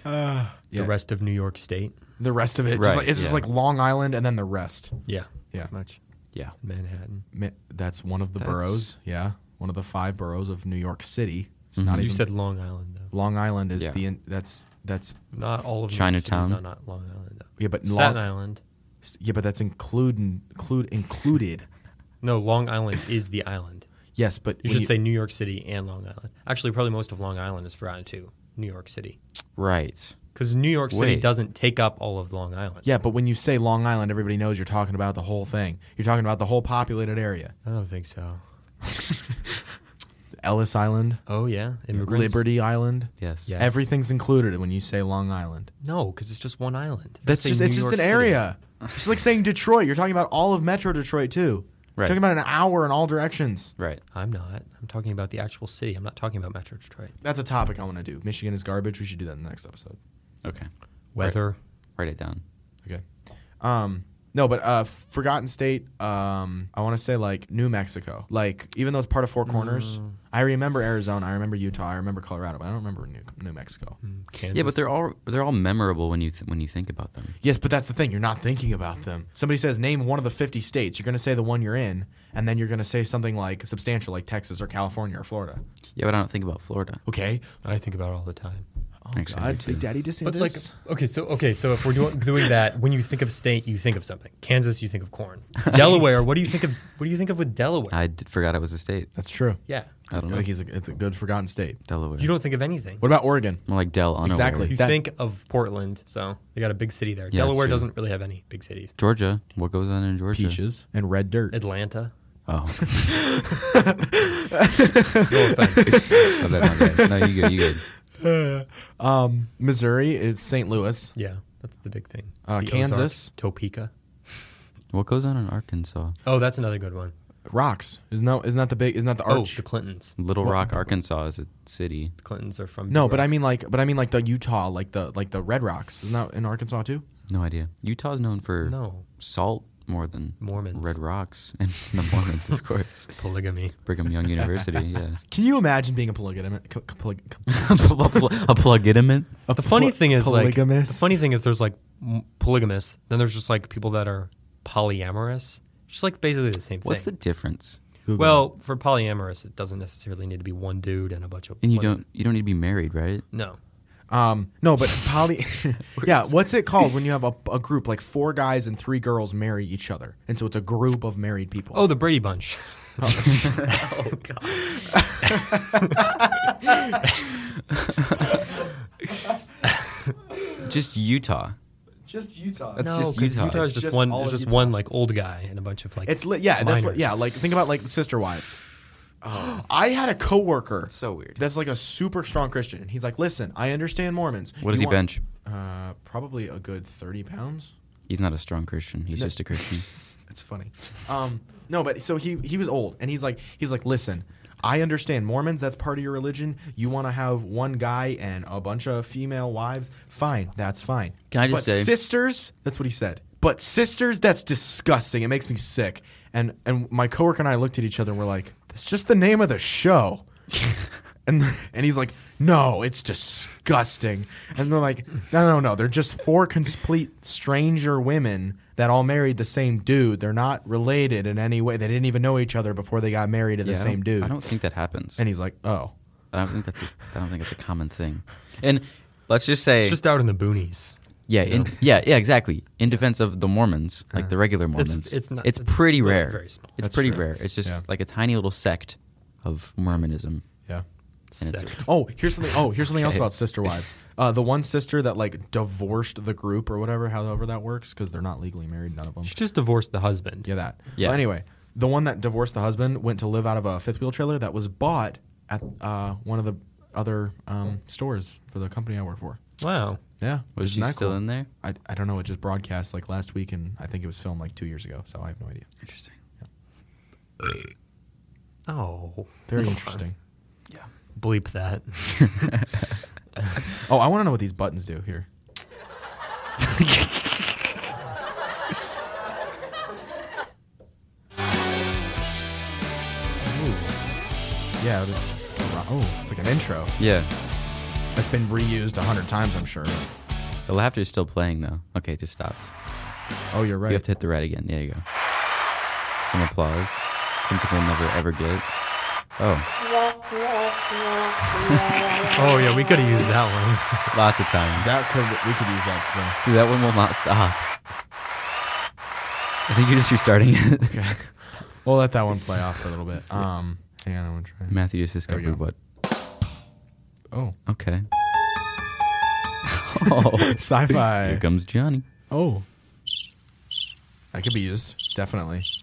S3: Uh, The rest of New York State.
S2: The rest of it, just
S4: Right,
S2: like, it's just
S4: yeah.
S2: like Long Island and then the rest.
S3: Yeah.
S2: Yeah.
S3: pretty Much.
S4: yeah.
S3: Manhattan.
S2: Ma- That's one of the
S4: That's-
S2: boroughs. Yeah, one of the five boroughs of New York City. It's not
S3: You
S2: even.
S3: said Long Island though.
S2: Long Island is
S4: Mm-hmm. Yeah.
S2: the in, that's that's
S3: Not all of
S4: Chinatown.
S3: New York City's not, not Long Island though.
S2: yeah, but
S3: Staten
S2: Long,
S3: Island.
S2: yeah, but that's include include included.
S3: No, Long Island is the island.
S2: yes, but
S3: You
S2: when
S3: should say New York City and Long Island. Actually, probably most of Long Island is forgotten too. New York City,
S4: Right.
S3: because New York City
S4: Wait.
S3: doesn't take up all of Long Island.
S2: Yeah, but when you say Long Island, everybody knows you're talking about the whole thing. You're talking about the whole populated
S4: *laughs*
S2: area.
S3: I don't think so.
S2: Ellis Island,
S3: Oh yeah, immigrants.
S2: Liberty Island.
S4: Yes.
S3: Yeah.
S2: Everything's included when you say Long Island.
S3: No, because it's just one island.
S2: That's
S3: Say
S2: just it's
S3: New
S2: just
S3: York
S2: an
S3: City.
S2: area. It's like saying Detroit. You're talking about all of Metro Detroit too.
S4: Right.
S2: Talking about an hour in all directions.
S4: Right.
S3: I'm not. I'm talking about the actual city. I'm not talking about Metro Detroit.
S2: That's a topic I want to do. Michigan is garbage. We should do that in the next episode.
S4: Okay.
S3: Weather.
S4: Write it down.
S2: Okay. Um no, but uh Forgotten State, um I want to say like New Mexico. Like even though it's part of Four Corners, I remember Arizona, I remember Utah, I remember Colorado, but I don't remember New, New Mexico.
S3: Mm, Kansas.
S4: Yeah, but they're all they're all memorable when you th- when you think about them.
S2: Yes, but that's the thing. You're not thinking about them. Somebody says, name one of the 50 states. You're going to say the one you're in, and then you're going to say something like substantial, like Texas or California or Florida.
S4: Yeah, but I don't think about Florida.
S2: Okay.
S3: I think about it all the time.
S2: Oh,
S4: Actually, I do, too.
S2: Big Daddy Disney.
S3: But like, okay, so okay, so if we're doing *laughs* doing that, when you think of state, you think of something. Kansas, you
S2: *laughs*
S3: think of corn. Delaware, what do you think of? What do you think of with Delaware?
S4: I d- forgot it was a state.
S2: that's true.
S3: yeah,
S4: I don't know.
S2: Like he's a, it's a good forgotten state.
S4: Delaware.
S3: You don't think of anything.
S2: What about Oregon?
S4: More like Del Unaware.
S2: Exactly.
S3: you
S2: that-
S3: think of Portland, so they got a big city there.
S4: that's
S3: Delaware
S4: true.
S3: doesn't really have any big cities.
S4: Georgia. What goes on in Georgia?
S2: Peaches and red dirt.
S3: Atlanta.
S4: Oh.
S3: No offense.
S4: Oh, that- my bad. No, you good. You good. *laughs*
S2: Um, Missouri is St. Louis.
S3: yeah, that's the big thing.
S2: Uh,
S3: The
S2: Kansas.
S3: Ozarks, Topeka.
S4: What goes on in Arkansas?
S3: Oh, that's another good one.
S2: Rocks isn't that isn't that the big isn't that the
S3: Oh,
S2: arch?
S3: the Clintons.
S4: Little Rock, Arkansas is a city.
S3: The Clintons are from.
S2: no,
S3: Big
S2: but I
S3: Rock.
S2: mean like but I mean like the Utah like the like the Red Rocks isn't that in Arkansas too?
S4: No idea. Utah's known for
S3: no
S4: salt more than
S3: Mormons.
S4: Red Rocks *laughs* and the Mormons,
S3: *laughs*
S4: of course.
S3: polygamy.
S4: Brigham Young University. Yeah.
S2: Can you imagine being a polygamist? co- co- poly- co-
S4: *laughs* a *laughs* plugatimate.
S3: The funny
S2: pl-
S3: thing is like the
S2: polygamist?
S3: funny thing is there's like m- polygamous. Then there's just like people that are polyamorous. Just like basically the same
S4: What's the
S3: thing.
S4: difference?
S2: Google
S3: well, for polyamorous, it doesn't necessarily need to be one dude and a bunch of.
S4: And you
S3: women.
S4: don't you don't need to be married, right?
S3: No.
S2: Um, no, but
S4: *laughs*
S2: poly. *laughs* yeah, what's it called when you have a, a group like four guys and three girls marry each other, and so it's a group of married people. *laughs*
S4: *laughs*
S3: Oh, the Brady Bunch. *laughs* oh God.
S4: Just Utah.
S2: just Utah.
S4: That's
S3: No,
S4: just
S3: 'cause
S4: Utah.
S3: Utah's
S4: It's
S3: just,
S2: just
S3: one.
S2: all
S3: It's
S2: of
S3: just
S2: Utah.
S3: one like old guy and a bunch of like.
S2: It's li- yeah, that's what
S3: minors.
S2: yeah. Like think about like sister
S4: *gasps*
S2: wives. *gasps* I had a coworker.
S4: so weird.
S2: That's like a super strong Christian. He's like, listen, I understand Mormons.
S4: What does
S2: You want-
S4: he bench?
S2: Uh, probably a good thirty pounds.
S4: He's not a strong Christian. He's just a Christian.
S2: It's funny. Um, no, but so he he was old, and he's like he's like, listen, I understand Mormons. That's part of your religion. You want to have one guy and a bunch of female wives. Fine, that's fine.
S4: Can I just
S2: but
S4: say-
S2: sisters? That's what he said. But sisters, that's disgusting. It makes me sick. And and my coworker and I looked at each other and we're like, that's just the name of the
S4: *laughs*
S2: show. And, and he's like, no, it's disgusting. And they're like, no, no, no. They're just four complete stranger women that all married the same dude. They're not related in any way. They didn't even know each other before they got married to *laughs*
S4: Yeah,
S2: the
S4: I
S2: same
S4: don't-
S2: dude.
S4: I don't think that happens.
S2: and he's like, oh.
S4: I don't think that's a, I don't think that's a common thing. And let's just say
S3: It's just out in the boonies.
S4: yeah, in, yeah, yeah, exactly. In defense of the Mormons, like
S2: Uh-huh.
S4: the regular Mormons,
S3: it's not-
S4: it's
S3: it's
S4: pretty
S3: really
S4: rare.
S3: very small.
S4: It's
S2: That's
S4: pretty
S2: true.
S4: rare. It's just
S2: Yeah.
S4: like a tiny little sect of Mormonism.
S2: Yeah.
S4: And it's-
S3: Sect.
S2: Oh, here's something. Oh, here's something else
S4: Okay.
S2: about sister wives. Uh, the one sister that like divorced the group or whatever, however that works, because they're not legally married, none of them.
S3: She just divorced the husband.
S2: Yeah, that.
S4: Yeah.
S2: But anyway, the one that divorced the husband went to live out of a fifth wheel trailer that was bought at uh, one of the other um, stores for the company I work for.
S3: Wow.
S2: Yeah.
S4: Was
S2: isn't
S4: she
S2: that
S4: still
S2: cool?
S4: in there?
S2: I, I don't know. It just broadcast like last week, and I think it was filmed like two years ago, so I have no idea.
S4: Interesting.
S3: Oh.
S2: Very
S3: Come on.
S2: interesting.
S3: Bleep that.
S2: Oh, I want to know what these buttons do here. Yeah. it is- Oh, it's like an intro.
S4: Yeah,
S2: It's been reused a hundred times, I'm sure.
S4: the laughter is still playing though. Okay, just stopped.
S2: Oh, you're right.
S4: You have to hit the red again. There you go. Some applause. Something we'll never ever get. Oh,
S3: *laughs* Oh yeah, we could have used that one.
S4: lots of times.
S2: that could we could use that still.
S4: Dude, that one will not stop. I think you're just restarting it.
S2: Okay. *laughs* we'll let that one play off for a little bit. Um, hang on, I'm gonna try.
S4: Matthew just
S2: There we
S4: discovered
S2: go.
S4: what.
S2: Oh, *laughs*
S4: Okay. oh, here
S2: sci-fi.
S4: comes Johnny.
S2: Oh, that could be used definitely.
S3: *laughs*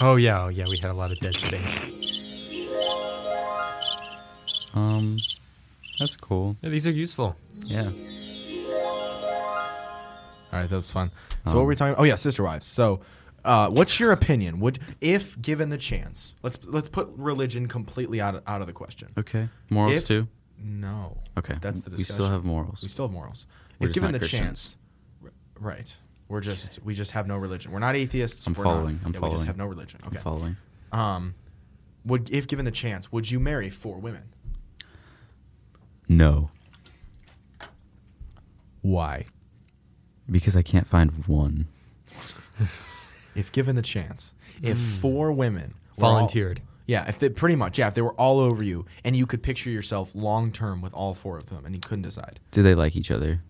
S3: Oh yeah, oh yeah, we had a lot of dead space.
S4: Um, that's cool.
S3: Yeah, these are useful.
S4: Yeah.
S2: All right, that was fun. So what were
S4: Um,
S2: we talking? Oh yeah, sister wives. So, uh, what's your opinion? Would if given the chance, let's let's put religion completely out of, out of the question.
S4: Okay. Morals
S2: If-
S4: too.
S2: No.
S4: Okay.
S2: That's the
S4: We
S2: discussion.
S4: still have morals.
S2: We still have morals.
S4: We're
S2: if
S4: just
S2: given
S4: not
S2: the
S4: Christians.
S2: chance, r- right? We're just we just have no religion. We're not atheists.
S4: I'm
S2: we're not-
S4: following, I'm
S2: yeah, We just
S4: following.
S2: have no religion. Okay.
S4: I'm following.
S2: um, would if given the chance, would you marry four women?
S4: No,
S2: Why?
S4: because I can't find one.
S2: If given the chance,
S4: Hmm.
S2: if four women were all-
S3: Volunteered.
S2: yeah, if they pretty much, yeah, if they were all over you and you could picture yourself long term with all four of them and you couldn't decide.
S4: Do they like each other?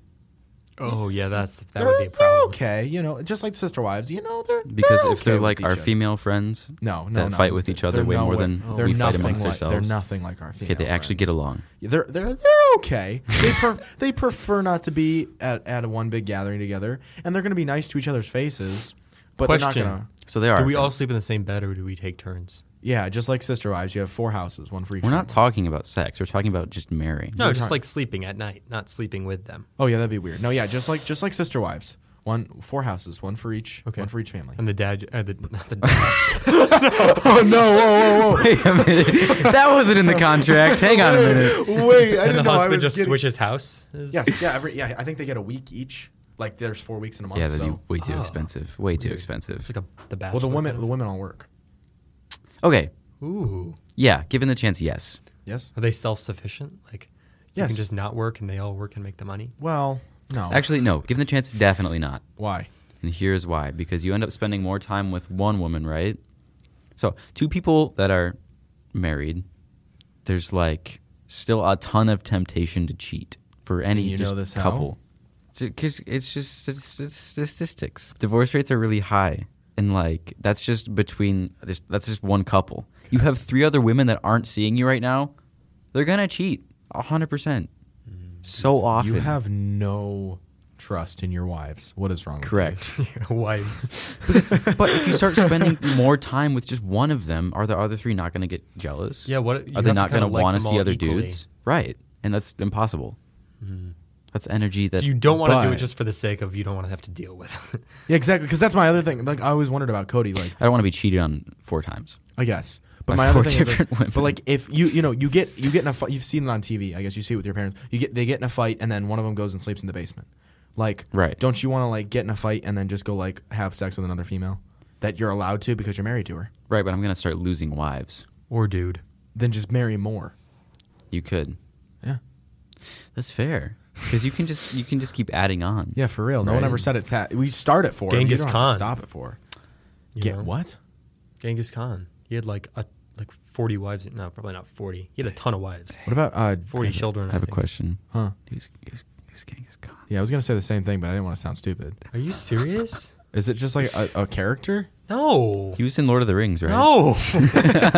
S3: Oh yeah, that's that would be a problem.
S2: okay, you know, just like sister wives, you know, they're
S4: Because
S2: they're
S4: if they're
S2: Oh, okay
S4: like
S2: with
S4: our
S2: each other.
S4: female friends,
S2: no, no,
S4: that
S2: no.
S4: fight with each other
S2: They're
S4: way more
S2: nowhere-
S4: than
S2: they're
S4: we fight
S2: nothing
S4: amongst
S2: like,
S4: ourselves.
S2: They're nothing like our female.
S4: okay, they actually get
S2: friends.
S4: along.
S2: They're they're they're okay.
S4: *laughs*
S2: They per, they prefer not to be at at one big gathering together, and they're going to be nice to each other's faces, but
S3: Question.
S2: they're not going to.
S4: So they are.
S3: Do we
S4: friends.
S3: all sleep in the same bed or do we take turns?
S2: Yeah, just like sister wives, you have four houses, one for each.
S4: We're not
S2: family.
S4: talking about sex. We're talking about just marrying.
S3: No, just
S2: turn.
S3: like sleeping at night, not sleeping with them.
S2: oh yeah, that'd be weird. No, yeah, just like just like sister wives, one four houses, one for each,
S3: Okay.
S2: one for each family.
S3: And the dad, uh, the, *laughs* not the dad.
S2: *laughs* oh no! Whoa, whoa,
S4: *laughs* Wait a minute. that wasn't in the contract. Hang on a
S2: *laughs*
S4: minute.
S2: whoa! Wait, I
S3: and
S2: didn't
S3: the
S2: know I
S3: husband
S2: was
S3: just
S2: getting-
S3: switches house. Is-
S2: Yes, yeah, every yeah, I think they get a week each. Like there's four weeks in a month.
S4: Yeah, that'd
S2: so.
S4: be way too
S3: Oh.
S4: expensive. Way too expensive.
S3: It's like a the bachelor.
S2: well, the
S3: kind
S2: women the
S3: of-
S2: women all work.
S4: Okay.
S3: Ooh,
S4: Yeah, given the chance, yes.
S2: Yes.
S3: are they self sufficient? Like, you
S2: Yes.
S3: can just not work and they all work and make the money.
S2: Well, no.
S4: Actually, no. Given the chance, definitely not.
S2: why?
S4: And here's why because you end up spending more time with one woman, right? So, two people that are married, there's like still a ton of temptation to cheat for any
S2: you know
S4: just
S2: this how?
S4: couple. Because it's just st- st- statistics. Divorce rates are really high. And like, that's just between, this- that's just one couple. You have three other women that aren't seeing you right now, they're going to cheat 100%. So often.
S2: Mm. You have no trust in your wives. What is wrong?
S4: Correct.
S3: *laughs* Wives.
S4: But if you start spending more time with just one of them, are the other three not going to get jealous?
S3: Yeah, what- you
S4: are they
S3: have to
S4: not
S3: kinda
S4: going to
S3: like
S4: want
S3: them
S4: to see
S3: all
S4: other
S3: equally. Mm-hmm.
S4: dudes? Right, and that's impossible. That's energy that
S3: so you don't want to do
S2: but-
S3: it just for the sake of you don't want to have to deal with. *laughs* it.
S2: With you? Yeah, exactly. Because that's my other thing. Like I always wondered about Cody. Like
S4: I don't want to be cheated on four times.
S2: I guess.
S4: By
S2: But my other
S4: four
S2: thing
S4: different
S2: is like,
S4: women.
S2: but like if you you know you get you get in a fight you've seen it on TV I guess you see it with your parents you get they get in a fight and then one of them goes and sleeps in the basement like
S4: Right.
S2: don't you want to like get in a fight and then just go like have sex with another female that you're allowed to because you're married to her
S4: Right, but I'm going to start losing wives.
S3: or dude.
S2: then just marry more
S4: You could.
S2: yeah
S4: That's fair because you can just you can just keep adding on.
S2: yeah for real no one
S4: Right.
S2: ever said it's that we start at four
S3: Genghis
S2: you don't
S3: Khan.
S2: have to stop at four
S3: you
S2: get
S3: know?
S2: what
S3: Genghis Khan. He had like a like forty wives. No, probably not forty. He had a ton of wives.
S2: what about uh
S3: Forty children.
S4: I have a
S3: think.
S4: question.
S2: huh
S4: Who's, who's, who's Genghis Khan?
S2: yeah I was gonna say the same thing but I didn't want to sound stupid
S3: Are you serious?
S2: is it just like a, a
S4: *laughs*
S2: character
S3: *laughs* No.
S4: He was in Lord of the Rings, right?
S3: No. *laughs*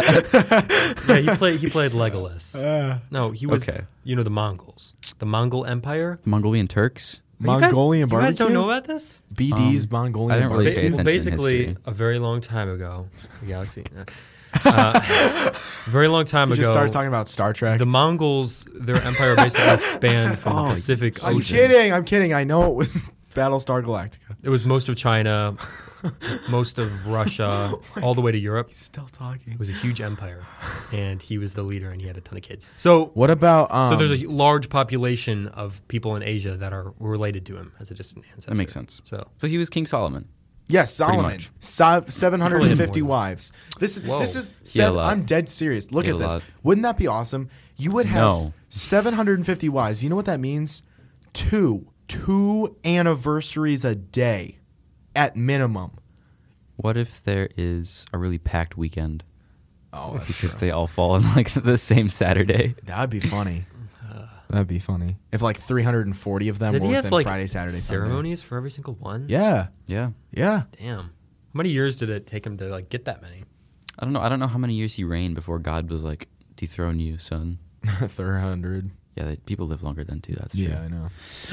S3: yeah, he played. He played Legolas.
S2: *laughs*
S3: no, he was.
S4: Okay.
S3: You know the Mongols, the Mongol Empire.
S4: The *laughs* Mongolian Turks.
S3: Are you guys-
S2: Mongolian
S3: You guys don't
S2: barbecue?
S3: know about this?
S2: BD's
S4: Um,
S2: Mongolian
S4: I didn't really
S2: barbecue.
S4: pay
S3: Ba- well,
S4: attention to
S3: basically,
S4: history.
S3: a very long time ago, the galaxy.
S2: *laughs*
S3: no. Uh, a very long time
S2: You
S3: ago,
S2: just started talking about Star Trek.
S3: the Mongols, their empire *laughs* basically spanned from the
S4: Oh,
S3: Pacific
S2: I'm
S3: Ocean.
S2: kidding. I'm kidding. I know it was *laughs* Battlestar Galactica.
S3: It was most of *laughs* China, most of Russia, all the way to Europe.
S2: Still talking.
S3: It was a huge empire, and he was the leader, and he had a ton of kids. So
S2: What about um,
S3: So there's a large population of people in Asia that are related to him as a distant ancestor.
S4: That makes sense.
S3: So
S4: So he was King Solomon.
S2: yes Solomon
S4: much.
S2: so, 750
S3: Probably more.
S2: wives. This
S3: Whoa.
S2: this is
S4: Yeah, a
S2: seven,
S4: lot.
S2: I'm dead serious. Look
S4: Yeah,
S2: at
S4: a
S2: this.
S4: lot.
S2: Wouldn't that be awesome? You would have
S4: No.
S2: 750 wives. You know what that means? Two two anniversaries a day, at minimum.
S4: What if there is a really packed weekend?
S2: Oh,
S4: because they all fall on like *laughs* the same Saturday.
S2: That'd be
S3: *laughs*
S2: funny. That'd be funny if like 340 of them
S3: did
S2: were
S3: he have
S2: within
S3: like
S2: Friday, Saturday, Sunday.
S3: ceremonies for every single one?
S2: Yeah,
S4: Yeah,
S2: *laughs* yeah.
S3: Damn. How many years did it take him to like get that many?
S4: I don't know. I don't know how many years he reigned before God was like dethrone you, son.
S2: 300.
S4: Yeah, they, people live longer than two. That's true.
S2: Yeah, I know.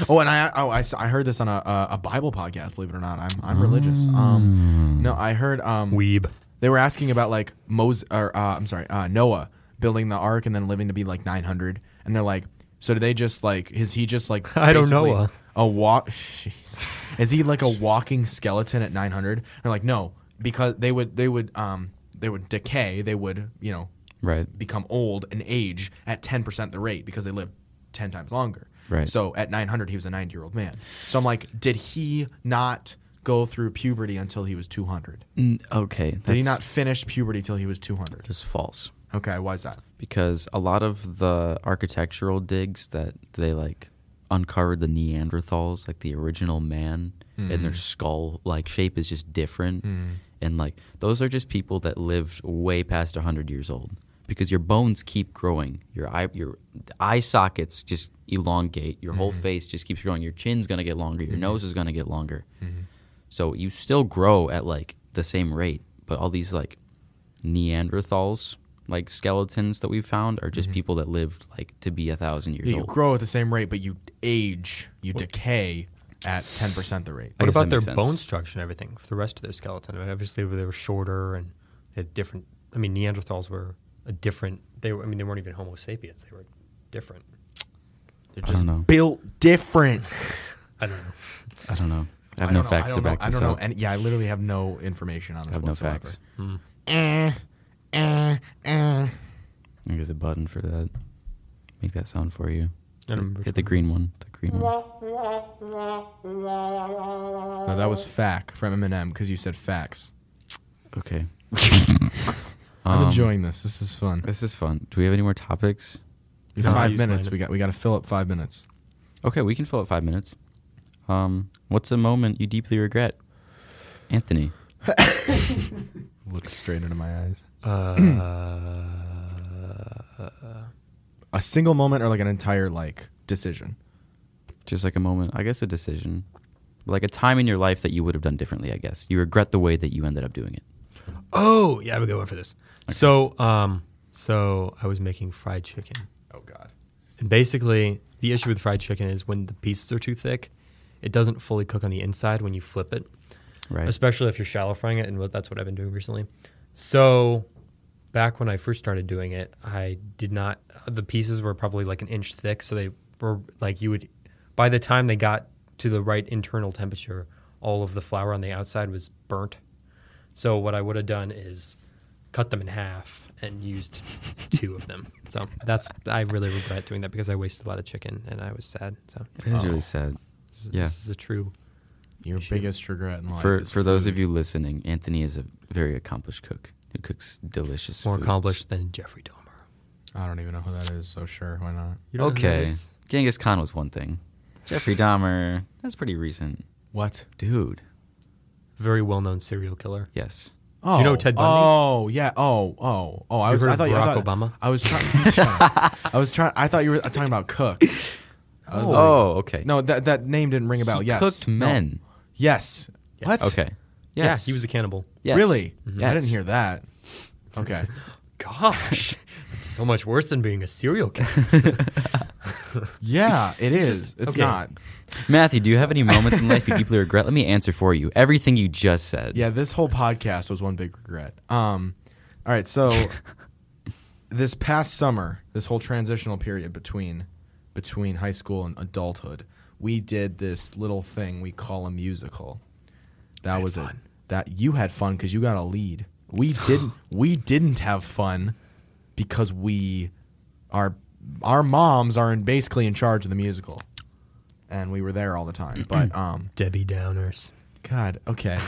S2: Oh, and I oh I, s- I heard this on a, a a Bible podcast. Believe it or not, I'm I'm religious.
S3: Mm.
S2: Um, no, I heard um
S3: Weeb.
S2: they were asking about like Moses or uh, I'm sorry uh, Noah building the ark and then living to be like 900, and they're like, so do they just like is he just like
S3: *laughs* I don't uh.
S2: basically
S3: Noah.
S2: a *laughs* walk? Is he like a walking skeleton at 900? They're like no because they would they would um they would decay they would you know
S4: Right.
S2: become old and age at 10% the rate because they live 10 times longer.
S4: Right.
S2: So at 900, he was a 90 year old man. So I'm like, did he not go through puberty until he was 200? Did
S4: Mm, okay. That's
S2: he not finish puberty till he was 200?
S4: Just false.
S2: Okay, why is that?
S4: Because a lot of the architectural digs that they like uncovered the Neanderthals, like the original man, and their skull like shape is just different. And like those are just people that lived way past hundred years old. because your bones keep growing. Your eye your eye sockets just elongate. Your whole face just keeps growing. Your chin's gonna get longer. Your nose is gonna get longer. So you still grow at like the same rate, but all these like Neanderthals like skeletons that we found are just people that lived like to be a thousand years
S2: Mm-hmm. Yeah, you
S4: old.
S2: grow at the same rate, but you age, you decay at ten percent the rate.
S4: I
S3: What
S4: guess
S3: about
S4: that
S3: their
S4: makes sense.
S3: bone structure and everything for the rest of their skeleton? I mean, obviously, they were shorter and they had different. I mean, Neanderthals were a different. They were. I mean, they weren't even Homo sapiens. They were different.
S2: They're
S4: I don't know.
S2: built
S4: *laughs*
S2: different.
S3: I don't know.
S4: I don't know. I have
S2: I
S4: no
S2: don't know,
S4: facts
S2: I
S4: to
S2: don't know,
S4: back
S2: I
S4: this
S2: don't know.
S4: up.
S2: Any, yeah, I literally have no information on this
S4: I have no
S2: whatsoever.
S4: facts.
S2: Eh, eh, eh.
S4: I think There's a button for that. Make that sound for you.
S3: I don't remember
S4: Hit the green one. The green one.
S2: No, that was fact from Eminem because you said facts.
S4: Okay.
S2: *laughs* I'm
S4: Um,
S2: enjoying this. This is fun.
S4: This is fun. Do we have any more topics?
S2: We have
S3: No,
S2: five
S3: you
S2: minutes.
S3: slated.
S2: We got we got to fill up five minutes.
S4: Okay, we can fill up five minutes. Um, what's a moment you deeply regret, Anthony?
S2: Look straight into my eyes.
S4: Hmm.
S3: Uh,
S2: A single moment or like an entire like decision.
S4: Just like a moment, I guess a decision, like a time in your life that you would have done differently. I guess you regret the way that you ended up doing it.
S3: oh, yeah, I have a good one for this. So, um, so I was making fried chicken.
S2: Oh God.
S3: And basically, the issue with fried chicken is when the pieces are too thick, it doesn't fully cook on the inside when you flip it,
S4: Right.
S3: especially if you're shallow frying it. And what- that's what I've been doing recently. So, back when I first started doing it, I did not, the pieces were probably like an inch thick. So, they were like, you would, by the time they got to the right internal temperature, all of the flour on the outside was burnt. So, what I would have done is cut them in half and used two of them. So that's I really regret doing that because I wasted a lot of chicken and I was sad. So Oh,
S4: It is
S2: Oh,
S4: really sad.
S3: this, is-
S4: Yeah.
S3: this is a true.
S2: Your
S3: Issue.
S2: biggest regret in life.
S4: For
S2: is
S4: for those
S2: food.
S4: of you listening, Anthony is a very accomplished cook who cooks delicious.
S3: More
S4: foods.
S3: accomplished than Jeffrey Dahmer.
S2: I don't even know who that is. So sure, why not?
S3: You don't know who that
S4: Okay.
S3: is?
S4: Genghis Khan was one thing. Jeffrey Dahmer, that's pretty recent.
S2: What?
S4: Dude.
S3: Very well known serial killer.
S4: Yes.
S2: Oh,
S3: you know Ted Bundy?
S2: Oh yeah. Oh oh oh. I
S3: You
S2: was.
S3: heard
S2: I
S3: of
S2: thought you- I
S3: Barack
S2: thought-
S3: Obama?
S2: I was *laughs* trying. I was trying. I thought you were talking about cooks. I was
S4: Oh,
S2: like-
S4: okay.
S2: no, that that name didn't ring a bell.
S4: He
S2: yes,
S4: cooked
S2: No.
S4: men.
S2: Yes. What?
S4: Okay. Yes.
S3: Yeah, he was a cannibal.
S4: Yes. Mm-hmm.
S2: Really?
S4: Yes.
S2: I didn't hear that. Okay.
S3: *laughs* Gosh, it's so much worse than being a serial killer. *laughs*
S2: *laughs* yeah, it is. it's
S3: okay.
S2: not.
S4: *laughs* Matthew, do you have any moments in life you deeply regret? Let me answer for you. Everything you just said.
S2: Yeah, this whole podcast was one big regret. Um, all right, *laughs* so this past summer, this whole transitional period between between high school and adulthood, we did this little thing we call a musical. That was it.
S3: fun.
S2: That you had fun because you got a lead. *laughs* We didn't. We didn't have fun because we our our moms are in basically in charge of the musical, and we were there all the time. But um,
S3: Debbie Downers.
S2: God, okay.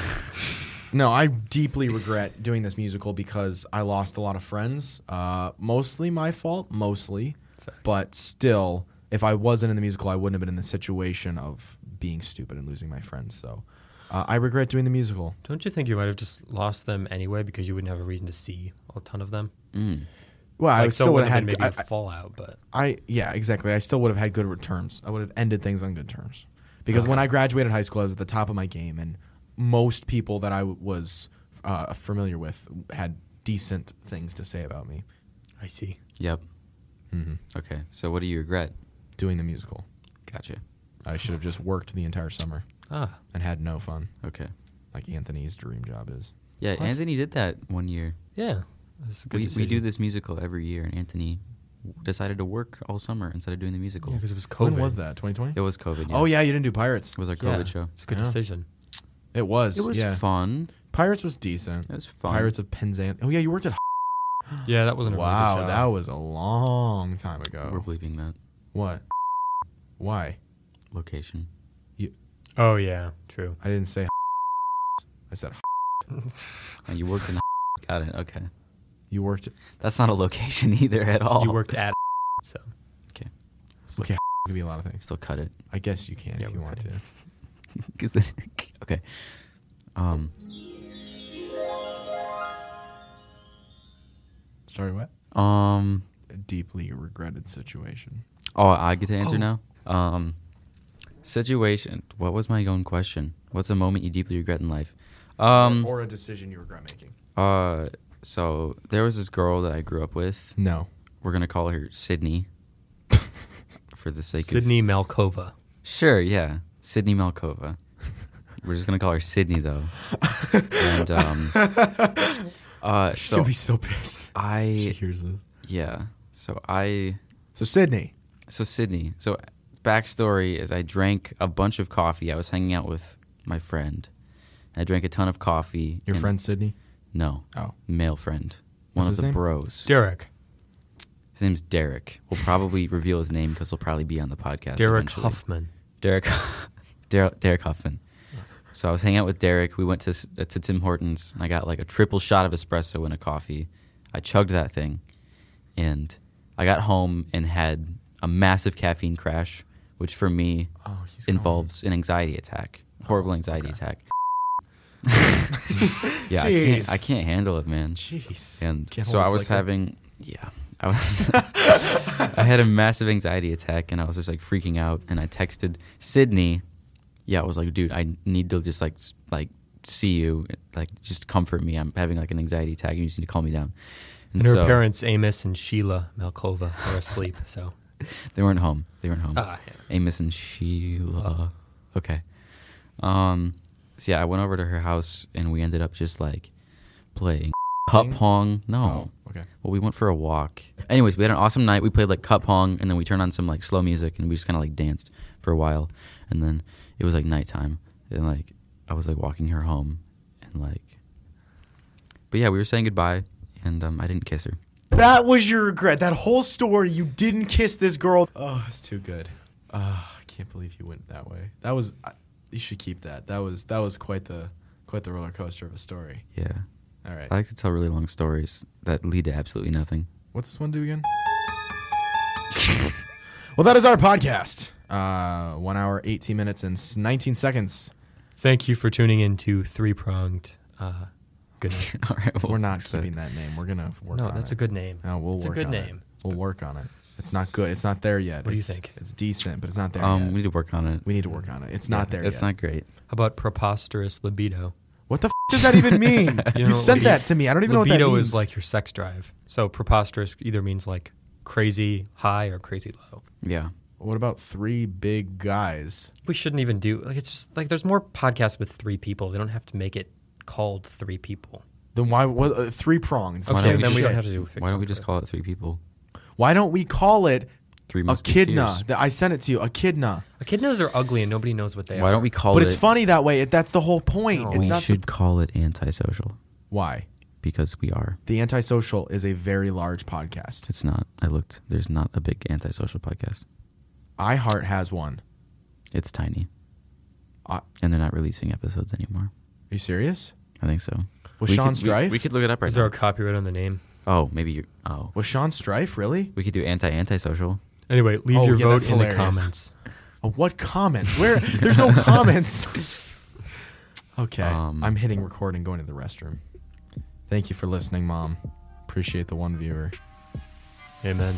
S2: *laughs* no, I deeply regret doing this musical because I lost a lot of friends. Uh, mostly my fault, mostly. But still, if I wasn't in the musical, I wouldn't have been in the situation of being stupid and losing my friends. So uh, I regret doing the musical.
S3: Don't you think you might have just lost them anyway because you wouldn't have a reason to see a ton of them?
S4: Mm.
S2: Well, I
S3: Like, so
S2: still
S3: it
S2: would
S3: would
S2: have had.
S3: been maybe
S2: I-
S3: a fallout, but
S2: I yeah, exactly. I still would have had good returns. I would have ended things on good terms. Because when I graduated high school, I was at the top of my game, and most people that I w- was uh, familiar with had decent things to say about me
S3: I see.
S4: Yep. Mm-hmm. Okay. So what do you regret?
S2: doing the musical.
S4: Gotcha.
S2: I should have just worked the entire summer
S3: Ah,
S2: and had no fun,
S4: Okay.
S2: like Anthony's dream job is.
S4: Yeah, Anthony did that one year.
S3: yeah. That's a good
S4: We, we
S3: decision.
S4: do this musical every year, and Anthony decided to work all summer instead of doing the musical.
S3: Yeah, because it was COVID.
S2: When was that? 2020.
S4: it was COVID.
S2: Oh yeah, you didn't do Pirates.
S4: It was our COVID
S3: yeah.
S4: show.
S3: It's a good
S2: Yeah. *gasps*
S3: decision.
S2: It was.
S4: It was
S2: yeah.
S4: fun.
S2: Pirates was decent.
S4: It was fun.
S2: Pirates of Penzance. Oh yeah, you worked at.
S3: Yeah, that wasn't a really
S2: Wow,
S3: good
S2: that was a long time ago.
S4: We're bleeping that
S2: What? Why?
S4: *laughs* location.
S3: Oh yeah, true.
S2: I didn't say. I said
S4: And you worked in. *laughs* Got it. Okay.
S2: you worked.
S4: That's not a location *laughs* either at all.
S3: You worked at *laughs* so
S2: Okay, could be a lot of things.
S4: Still cut it. *laughs*
S2: I guess you can
S3: Yeah,
S2: if
S3: we
S2: you want
S3: could.
S2: to.
S4: 'Cause this- *laughs* okay. Um.
S2: Sorry, what?
S4: Um.
S2: A deeply regretted situation.
S4: Oh, I get to answer now. Um, situation. What was my own question? What's a moment you deeply regret in life? Um.
S2: or a decision you regret making.
S4: Uh. So there was this girl that I grew up with.
S2: No.
S4: We're gonna call her
S2: *laughs*
S4: Sydney, for the sake of
S3: Sydney Malkova.
S4: Sure, yeah. Sydney Malkova. We're just gonna call her Sydney though.
S2: *laughs*
S4: and um uh
S2: She's
S4: so
S2: gonna be so *laughs* pissed. she
S4: I
S2: hears this.
S4: yeah. So I
S2: So Sydney.
S4: so Sydney. So backstory is I drank a bunch of coffee. I was hanging out with my friend. I drank a ton of coffee.
S2: Your
S4: and-
S2: friend Sydney?
S4: No.
S2: Oh.
S4: Male friend.
S2: What's
S4: One of
S2: his
S4: the
S2: name?
S4: bros.
S3: Derek.
S4: his name's Derek. We'll probably *laughs* reveal his name because he'll probably be on the podcast.
S3: Derek
S4: eventually.
S3: Huffman.
S4: Derek, *laughs* Derek, Derek Huffman. So I was hanging out with Derek. We went to s- uh, to Tim Hortons. I got like a triple shot of espresso and a coffee. I chugged that thing, and I got home and had a massive caffeine crash, which for me
S2: Oh, he's Oh,
S4: involves an anxiety attack, horrible anxiety
S2: *laughs*
S4: attack. *laughs* yeah, I
S2: Jeez.
S4: can't, I can't handle it, man.
S2: Jeez.
S4: And
S2: Can't
S4: so
S2: hold
S4: I
S2: us
S4: was
S2: like that.
S4: having, yeah, I was, *laughs* I had a massive anxiety attack, and I was just like freaking out. And I texted Sydney, yeah, I was like, dude, I need to just like, s- like see you, like just comfort me. I'm having like an anxiety attack, and you just need to calm me down.
S3: And her
S4: so-
S3: parents, Amos and Sheila Malkova, are asleep. *laughs* So
S4: They weren't home. They weren't home.
S3: Ah, yeah.
S4: Amos and Sheila. Okay. Um. So yeah, I went over to her house, and we ended up just like playing cup pong. No.
S2: Oh, okay.
S4: Well, we went for a walk. Anyways, we had an awesome night. We played like cup pong, and then we turned on some like slow music, and we just kind of like danced for a while, and then it was like nighttime, and like I was like walking her home, and like, but yeah, we were saying goodbye, and um, I didn't kiss her.
S2: That was your regret. That whole story. You didn't kiss this girl. Oh, it's too good. Ah, I can't believe you went that way. That was. I, you should keep that. That was. That was quite the. Quite the roller coaster of a story.
S4: Yeah,
S2: All right.
S4: I like to tell really long stories that lead to absolutely nothing. *laughs*
S2: What's this one do again? *laughs* well, that is our podcast. Uh, one hour, eighteen minutes, and s- nineteen seconds.
S3: thank you for tuning in to Three Pronged. Uh, good night.
S4: All right, well,
S2: We're not
S4: so-
S2: keeping that name. We're gonna work.
S3: no,
S2: on
S3: that's
S2: it.
S3: a good name.
S2: No, we'll
S3: it's
S2: work
S3: a good
S2: on it.
S3: name.
S2: We'll work on it. It's not good. It's not there yet.
S3: What do you
S2: It's-
S3: think?
S2: It's decent, but it's not there
S4: Um,
S2: yet.
S4: we need to work on it.
S2: We need to work on it. It's not there
S4: It's
S2: yet.
S4: not great.
S3: How about preposterous libido?
S2: What the f- does that even mean? you
S3: *laughs* You know,
S2: sent
S3: libi-
S2: that to me. I don't even know what that
S3: libido
S2: means.
S3: is like your sex drive. So preposterous either means like crazy high or crazy low.
S4: Yeah.
S2: What about three big guys?
S3: We shouldn't even do like it's just like there's more podcasts with three people. They don't have to make it called three people.
S2: Then why? What, uh, three prongs.
S3: Okay,
S4: Why
S2: Say
S4: don't,
S2: that
S3: then
S4: we
S3: we
S4: just,
S3: don't have to do
S4: why don't we just call it three people?
S2: Why don't we call it
S4: Three
S2: Echidna?
S4: musketeers.
S2: That I sent it to you. Echidna.
S3: Echidnas are ugly and nobody knows what they are.
S4: Why don't we call
S2: But
S4: it?
S2: it's funny that way. It, that's the whole point.
S3: No.
S2: It's
S4: Oh, we
S2: not.
S4: should call it antisocial
S2: why?
S4: because we are.
S2: The Antisocial is a very large podcast.
S4: It's not. I looked. There's not a big antisocial podcast.
S2: iHeart has one.
S4: It's tiny,
S2: Uh, are
S4: and they're not releasing episodes anymore.
S2: you serious?
S4: I think so.
S2: Was
S4: We
S2: Sean
S4: could- we-
S2: Strife?
S4: We, could look it up right
S3: Is there
S4: now.
S3: a copyright on the name?
S4: oh, maybe you. Oh,
S2: Was Sean Strife really?
S4: we could do anti antisocial.
S3: Anyway, leave
S2: Oh,
S3: your
S2: yeah,
S3: vote
S2: that's
S3: in the
S2: hilarious.
S3: *laughs* comments.
S2: Oh, what comments? Where? There's no comments. okay.
S4: Um,
S2: I'm hitting record and going to the restroom. Thank you for listening, Mom. Appreciate the one viewer.
S3: Amen.